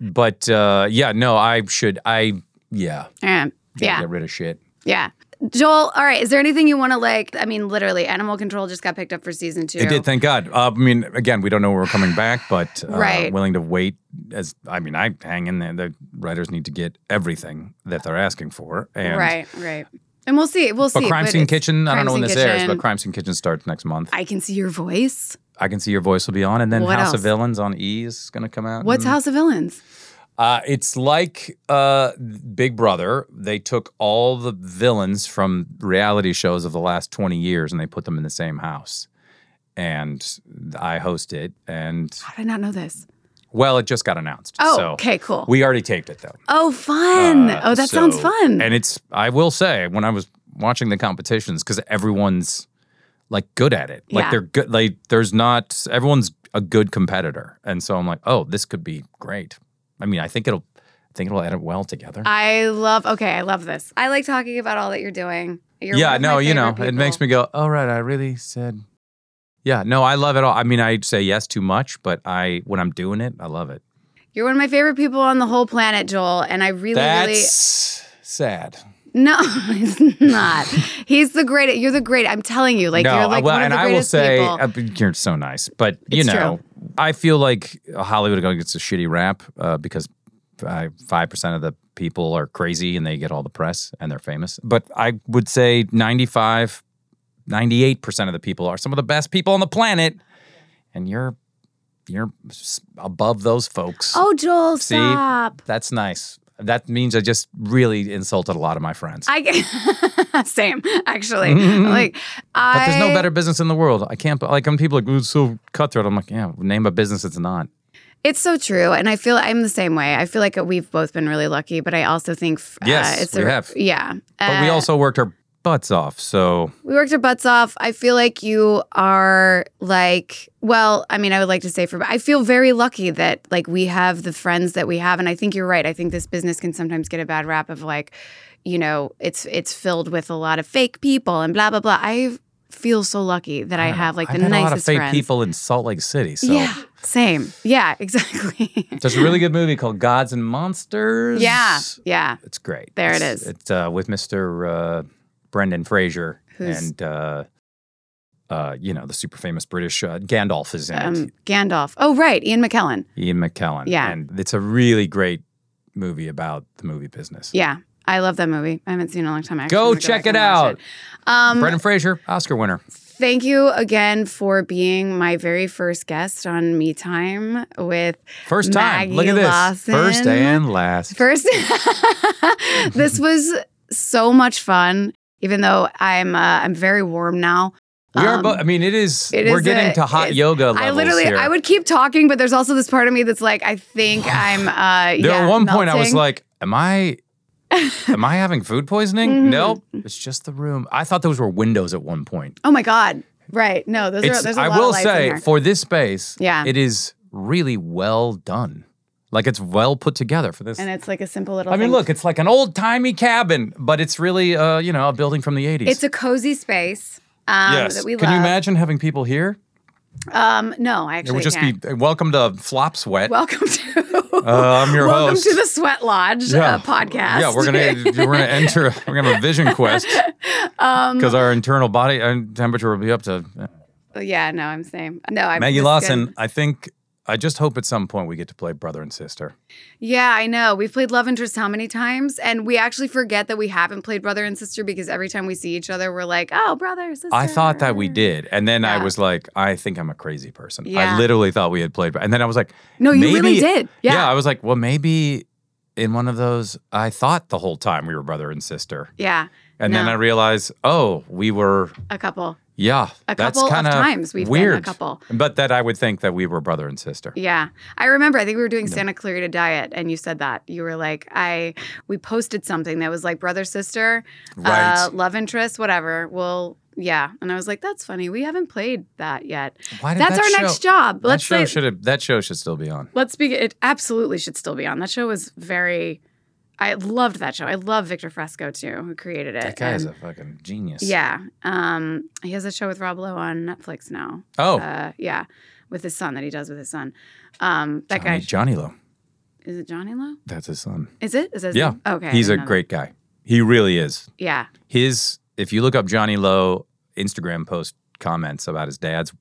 S2: but uh, yeah, no, I should, I yeah,
S1: Um,
S2: gotta
S1: yeah.
S2: get rid of shit.
S1: Yeah. Joel, all right. Is there anything you want to like? I mean, literally, Animal Control just got picked up for season two.
S2: It did, thank God. Uh, I mean, again, we don't know where we're coming back, but uh,
S1: Right.
S2: willing to wait. As I mean, I hang in there. The writers need to get everything that they're asking for, and
S1: right, right. And we'll see. We'll
S2: But
S1: see.
S2: Crime Scene
S1: it's-
S2: Kitchen, I
S1: Crime
S2: don't know when
S1: Scene
S2: this airs,
S1: Kitchen.
S2: but Crime Scene Kitchen starts next month.
S1: I can see your voice.
S2: I can see your voice will be on, and then
S1: What
S2: House of
S1: else?
S2: Villains on E is going to come out.
S1: What's
S2: in-
S1: House of Villains?
S2: Uh, it's like uh, Big Brother. They took all the villains from reality shows of the last 20 years and they put them in the same house. And I host it. And
S1: How did I not know this?
S2: well, it just got announced.
S1: Oh,
S2: so
S1: okay, cool.
S2: We already taped it though.
S1: oh, fun.
S2: Uh,
S1: oh, that
S2: so-
S1: sounds fun.
S2: And it's, I will say, when I was watching the competitions, because everyone's like good at it. Like
S1: Yeah.
S2: they're good. Like there's not, everyone's a good competitor. And so I'm like, oh, this could be great. I mean, I think it'll, I think it'll edit well together.
S1: I love, okay, I love this. I like talking about all that you're doing. You're one
S2: yeah,
S1: of my
S2: no, you know,
S1: favorite
S2: it makes
S1: people.
S2: me go, oh, right, I really said. Yeah, no, I love it all. I mean, I say yes too much, but I when I'm doing it, I love it.
S1: You're one of my favorite people on the whole planet, Joel. And I really, really.
S2: That's sad.
S1: No, [LAUGHS] it's not. He's the greatest. You're the greatest. I'm telling you. Like,
S2: no, uh,
S1: you're like
S2: well,
S1: one of
S2: and
S1: the
S2: I will
S1: greatest
S2: say
S1: people.
S2: uh, you're so nice, but you
S1: It's
S2: know, I feel like Hollywood gets a shitty rap uh, because five percent of the people are crazy and they get all the press and they're famous. But I would say 95, 98 percent of the people are some of the best people on the planet, and you're you're s- above those folks.
S1: oh, Joel,
S2: See?
S1: stop.
S2: that's nice. That means I just really insulted a lot of my friends.
S1: I [LAUGHS] same
S2: [LAUGHS]
S1: actually. Like I
S2: But there's no better business in the world. I can't like when people are like, "Ooh, it's so cutthroat. I'm like, yeah, name a business it's not.
S1: It's so true, and I feel I'm the same way. I feel like we've both been really lucky, but I also think uh,
S2: Yes,
S1: it's
S2: we
S1: a,
S2: have.
S1: Yeah,
S2: But we
S1: Uh,
S2: also worked our butts off. So
S1: we worked our butts off. I feel like you are like, well, I mean, I would like to say for, I feel very lucky that like we have the friends that we have, and I think you're right. I think this business can sometimes get a bad rap of like, you know, it's it's filled with a lot of fake people and blah blah blah. I feel so lucky that I,
S2: don't know.
S1: have like the
S2: I've met
S1: nicest
S2: a lot of fake
S1: friends.
S2: people in Salt Lake City. So
S1: Yeah, same. Yeah, [LAUGHS] exactly.
S2: there's a really good movie called Gods and Monsters.
S1: yeah, yeah.
S2: It's great.
S1: There it
S2: It's-
S1: is.
S2: It's uh, with Mr. Uh, Brendan Fraser
S1: Who's-
S2: and uh, uh, you know the super famous British uh, Gandalf is in it.
S1: Um, Gandalf. Oh, right, Ian McKellen.
S2: Ian McKellen.
S1: yeah.
S2: and it's a really great movie about the movie business.
S1: Yeah, I love that movie. I haven't seen it in a long time. I actually
S2: Go
S1: wanna
S2: check
S1: back
S2: it
S1: and watch
S2: out.
S1: Um,
S2: Brendan Fraser, Oscar winner.
S1: Thank you again for being my very first guest on Me Time with
S2: First time. Look at
S1: Maggie
S2: this.
S1: Lawson.
S2: First and last.
S1: first. [LAUGHS] this was so much fun, even though I'm uh, I'm very warm now.
S2: we are
S1: Um,
S2: both. I mean, it is.
S1: it
S2: we're
S1: is
S2: getting
S1: a-
S2: to hot
S1: it's-
S2: yoga levels
S1: I literally
S2: here.
S1: I would keep talking, but there's also this part of me that's like I
S2: [SIGHS]
S1: think I'm. Uh,
S2: There
S1: yeah,
S2: at one point, I was
S1: melting.
S2: like,
S1: [LAUGHS]
S2: "Am I, am I having food poisoning?"
S1: Mhm.
S2: Nope, it's just the room. I thought those were windows at one point.
S1: oh my god, right? No, those are
S2: It's,
S1: there's a
S2: I
S1: lot of
S2: will
S1: lights in
S2: say
S1: there.
S2: for this space,
S1: Yeah.
S2: it is really well done. Like it's well put together for this.
S1: and it's like a simple little.
S2: I mean,
S1: thing.
S2: look, it's like an old timey cabin, but it's really, uh, you know, a building from the '80s.
S1: it's a cozy space. Um,
S2: yes.
S1: that we
S2: Can
S1: love.
S2: you imagine having people here?
S1: Um, no, I
S2: It
S1: actually
S2: would just
S1: can't.
S2: be welcome to Flop Sweat.
S1: [LAUGHS] Welcome to.
S2: Uh, I'm
S1: [LAUGHS]
S2: your
S1: Welcome
S2: host.
S1: to the Sweat Lodge uh, podcast.
S2: Yeah,
S1: [LAUGHS]
S2: we're gonna we're gonna enter. We're gonna have a vision quest
S1: Um,
S2: because our internal body uh, temperature will be up to
S1: yeah, no, I'm saying no. I'm
S2: Maggie
S1: this is
S2: Lawson.
S1: good.
S2: I think I just hope at some point we get to play brother and sister.
S1: Yeah, I know. We've played Love Interest how many times, and we actually forget that we haven't played Brother and Sister because every time we see each other, we're like, "Oh, brother, sister."
S2: I thought that we did, and then
S1: Yeah.
S2: I was like, I think I'm a crazy person.
S1: Yeah.
S2: I literally thought we had played, and then I was like,
S1: No, you really
S2: maybe-
S1: did. Yeah.
S2: I was like, well, maybe in one of those, I thought the whole time we were brother and sister,
S1: Yeah,
S2: and then
S1: No.
S2: I realized, oh, we were.
S1: a couple,
S2: Yeah,
S1: a
S2: that's
S1: couple of
S2: kinda
S1: times we've been
S2: weird.
S1: a couple.
S2: But that I would think that we were brother and sister.
S1: Yeah, I remember. I think we were doing Santa Clarita Diet, and you said that you were like, "I." We posted something that was like brother sister, uh,
S2: Right.
S1: love interest, whatever. Well, yeah, and I was like, "That's funny. We haven't played that yet.
S2: Why did
S1: That's
S2: that
S1: our
S2: show-
S1: next job.
S2: That
S1: Let's
S2: show
S1: say,
S2: should have. That show should still be on.
S1: let's be. It absolutely should still be on. That show was very. I loved that show. I love Victor Fresco too, who created it.
S2: That guy is
S1: and-
S2: a fucking genius.
S1: Uh, um, yeah, um, he has a show with Rob Lowe on Netflix now.
S2: Oh,
S1: Uh, yeah, with his son that he does with his son. Um, that guy
S2: Johnny, Johnny Lowe.
S1: is it Johnny Lowe?
S2: That's his son.
S1: Is it? Is that his
S2: Yeah.
S1: name? Okay. I
S2: He's a
S1: didn't know that.
S2: great guy. He really is.
S1: Yeah.
S2: His. If you look up Johnny Lowe Instagram post comments about his dad's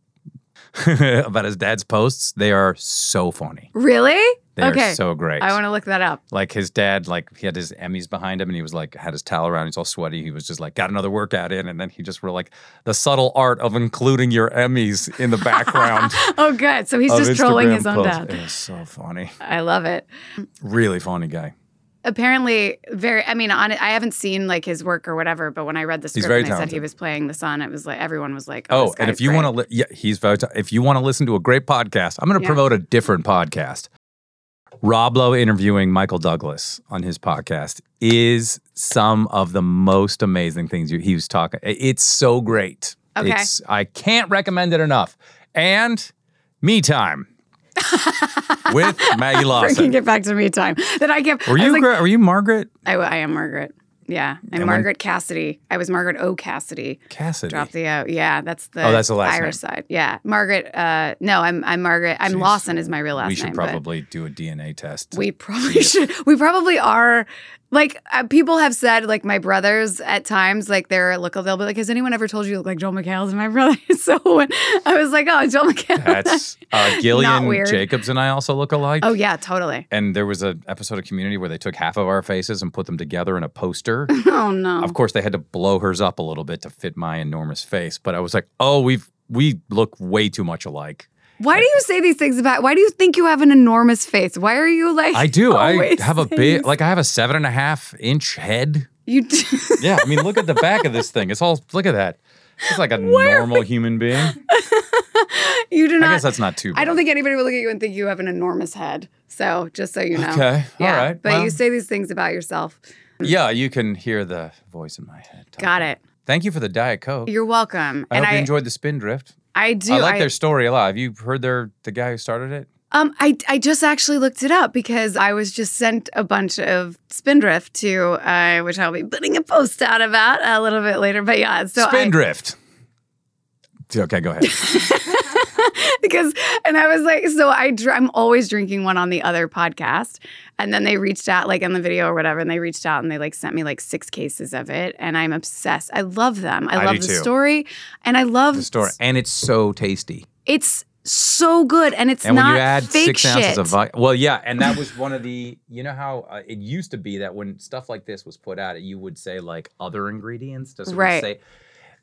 S2: [LAUGHS] about his dad's posts, they are so funny.
S1: Really?
S2: They
S1: okay.
S2: are so great.
S1: I want to look that up.
S2: like his dad, like he had his Emmys behind him, and he was like had his towel around. He's all sweaty. He was just like got another workout in, and then he just were like the subtle art of including your Emmys in the background.
S1: Oh, good. So [LAUGHS] he's
S2: of
S1: just trolling
S2: Instagram
S1: his own
S2: posts.
S1: dad.
S2: It was so funny.
S1: I love it.
S2: Really funny guy.
S1: Apparently, very. I mean, on I haven't seen like his work or whatever, but when I read the script
S2: very
S1: and they said
S2: talented.
S1: he was playing the son, it was like everyone was like, "Oh,
S2: Oh, and if you
S1: [LAUGHS]
S2: want to, li- yeah, he's very. ta- if you want to listen to a great podcast, I'm going to
S1: Yeah.
S2: promote a different podcast. Rob Lowe interviewing Michael Douglas on his podcast is some of the most amazing things you, he was talking. i- It's so great.
S1: Okay.
S2: It's, I can't recommend it enough. And me
S1: [LAUGHS]
S2: time with Maggie
S1: bringing
S2: Lawson.
S1: it back to me [LAUGHS] time, that I give.
S2: Were
S1: I was
S2: you
S1: like,
S2: gra- were you Margaret
S1: I, I am Margaret. Yeah, I'm
S2: when-
S1: Margaret Cassidy. I was Margaret O. Cassidy.
S2: Cassidy?
S1: Drop the O. Yeah, that's the
S2: Oh, that's the last
S1: Irish
S2: name.
S1: side. Yeah, Margaret. Uh, no, I'm I'm Margaret. I'm
S2: Jeez.
S1: Lawson is my real last
S2: we
S1: name.
S2: should
S1: but-
S2: probably do a DNA test.
S1: We probably should. We probably are. Like uh, people have said, like my brothers at times, like they're look. They'll be like, "Has anyone ever told you you look like Joel McHale?" Is my brother. [LAUGHS] so when I was like, "Oh, Joel McHale."
S2: That's uh, Gillian
S1: weird.
S2: Jacobs and I also look alike.
S1: [LAUGHS] oh yeah, totally.
S2: and there was an episode of Community where they took half of our faces and put them together in
S1: [LAUGHS]
S2: a poster.
S1: [LAUGHS] Oh no.
S2: of course, they had to blow hers up a little bit to fit my enormous face, but I was like, "Oh, we've we look way too much alike."
S1: Why do you say these things about? Why do you think you have an enormous face? Why are you like? [LAUGHS]
S2: I do. I
S1: always
S2: have a
S1: saying
S2: big,
S1: this?
S2: like, I have a seven and a half inch head.
S1: You. d- [LAUGHS]
S2: Yeah, I mean, look at the back of this thing. It's all look at that.
S1: [LAUGHS]
S2: Just like a normal human being.
S1: you do
S2: I
S1: not.
S2: guess that's not too bad.
S1: I don't think anybody would look at you and think you have an enormous head. So just so you know.
S2: Okay.
S1: Yeah.
S2: All right.
S1: But
S2: Well,
S1: you say these things about yourself.
S2: Yeah, you can hear the voice in my head. talking.
S1: Got it.
S2: Thank you for the Diet Coke.
S1: You're welcome.
S2: I
S1: and
S2: hope
S1: I
S2: you enjoyed the spin drift.
S1: I do.
S2: I like their story a lot. Have you heard their the guy who started it?
S1: Um, I, I just actually looked it up because I was just sent a bunch of Spindrift to, uh, which I'll be putting a post out about a little bit later. But yeah, so I-
S2: Spindrift. Okay, go ahead.
S1: [LAUGHS] because and I was like, so I dr- I'm always drinking one on the other podcast, and then they reached out like on the video or whatever, and they reached out and they like sent me like six cases of it, and I'm obsessed. I love them. I,
S2: I
S1: love
S2: do
S1: the
S2: too.
S1: story, and I love
S2: the story, and it's so tasty.
S1: It's so good, and it's
S2: And
S1: not
S2: when you add
S1: fake
S2: six
S1: shit.
S2: ounces of vodka, well, yeah, and that was one of the. You know how uh, it used to be that when stuff like this was put out, you would say like other ingredients. Doesn't it
S1: Right.
S2: say?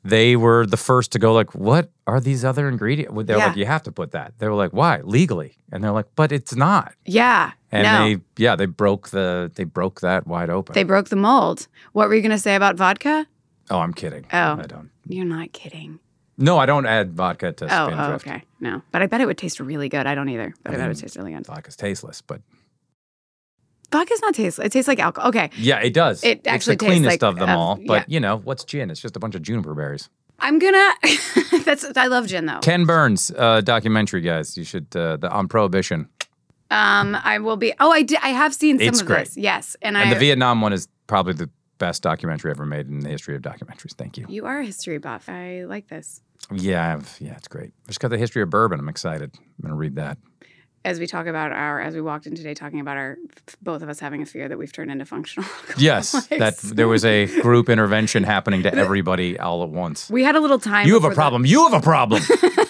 S2: They were the first to go like, "What are these other ingredients?" Well, They're
S1: Yeah.
S2: like, "You have to put that." They were like, "Why legally?" And they're like, "But it's not."
S1: yeah,
S2: And
S1: no,
S2: they, yeah, they broke the they broke that wide open.
S1: they broke the mold. What were you gonna say about vodka?
S2: oh, I'm kidding.
S1: Oh.
S2: I don't.
S1: You're not kidding.
S2: No, I don't add vodka to
S1: Oh,
S2: spin
S1: oh,
S2: drift.
S1: okay. No. But I bet it would taste really good. I don't either. But I,
S2: I
S1: bet it would
S2: mean-
S1: taste really good.
S2: Vodka's tasteless, but
S1: Vodka's not tasteless. It tastes like alcohol. Okay.
S2: yeah, it does.
S1: It actually tastes
S2: it's the cleanest
S1: like- um,
S2: of them
S1: of-
S2: all. But you know what's gin? It's just a bunch of juniper berries.
S1: I'm gonna [LAUGHS] that's I love gin though.
S2: Ken Burns uh, documentary, guys. You should uh, the on Prohibition
S1: Um I will be oh I did I have seen some
S2: It's
S1: of
S2: great.
S1: this. Yes. And,
S2: and
S1: I
S2: the Vietnam one is probably the best documentary ever made in the history of documentaries. Thank you.
S1: you are a history buff. I like this.
S2: Yeah, I've, yeah, it's great. Just got the history of bourbon. I'm excited. I'm gonna read that.
S1: As we talk about our as we walked in today talking about our both of us having a fear that we've turned into functional. [LAUGHS]
S2: Yes, that
S1: alcoholics.
S2: there was a group intervention happening
S1: [LAUGHS]
S2: to everybody all at once.
S1: we had a little time
S2: You have
S1: before
S2: a
S1: the-
S2: problem. You have a
S1: [LAUGHS]
S2: problem.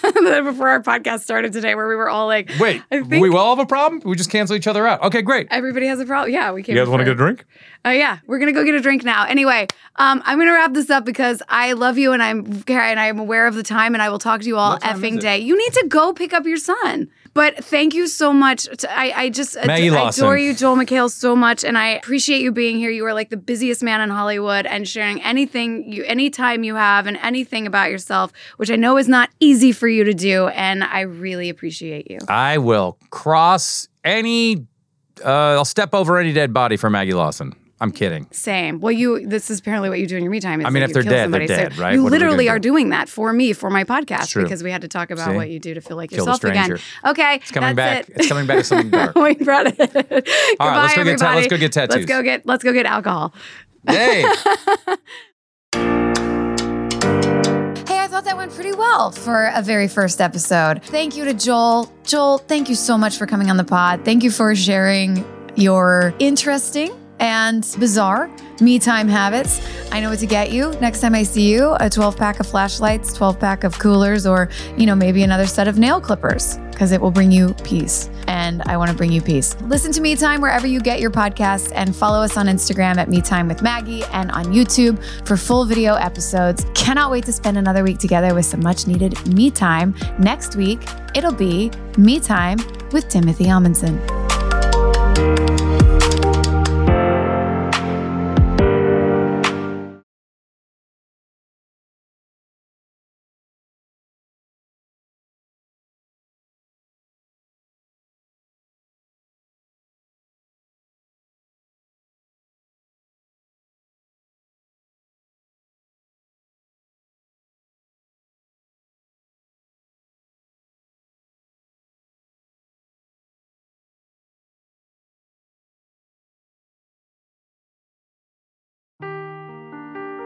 S1: before our podcast started today where we were all like
S2: Wait,
S1: I think-
S2: we all have a problem. We just cancel each other out. Okay, great.
S1: everybody has a problem. Yeah, we can't
S2: wanna drink?
S1: Oh yeah, we're gonna go get a drink now. Anyway, um, I'm gonna wrap this up because I love you and I'm Kara and I am aware of the time and I will talk to you all
S2: What time is
S1: effing
S2: it?
S1: day. You need to go pick up your son. But thank you so much. To, I I just ad-
S2: Maggie
S1: I
S2: Lawson.
S1: adore you, Joel McHale, so much, and I appreciate you being here. You are like the busiest man in Hollywood and sharing anything you any time you have and anything about yourself, which I know is not easy for you to do, and I really appreciate you.
S2: I will cross any. Uh, I'll step over any dead body for Maggie Lawson. I'm kidding.
S1: Same. Well, you. This is apparently what you do in your me time. Is
S2: I mean,
S1: that
S2: if
S1: you
S2: they're
S1: kill
S2: dead,
S1: somebody.
S2: they're
S1: So
S2: dead, right?
S1: You
S2: What are we
S1: literally
S2: gonna
S1: are
S2: do?
S1: doing that for me for my podcast
S2: true.
S1: because we had to talk about
S2: See?
S1: what you do to feel like
S2: Kill a
S1: yourself again.
S2: stranger.
S1: Okay,
S2: It's coming
S1: that's
S2: back.
S1: It.
S2: It's coming back as something
S1: [LAUGHS]
S2: dark.
S1: we brought it. All right,
S2: All right, let's go get ta- let's go get
S1: Let's go get let's
S2: tattoos.
S1: go get alcohol.
S2: [LAUGHS] Hey.
S3: Hey, I thought that went pretty well for a very first episode. Thank you to Joel. Joel, thank you so much for coming on the pod. Thank you for sharing your interesting and bizarre me time habits. I know what to get you next time I see you a 12 pack of flashlights, 12 pack of coolers, or, you know, maybe another set of nail clippers because it will bring you peace. And I want to bring you peace. Listen to Me Time wherever you get your podcasts and follow us on Instagram at Me Time with Maggie and on YouTube for full video episodes. Cannot wait to spend another week together with some much needed Me Time. Next week, it'll be Me Time with Timothy Amundsen.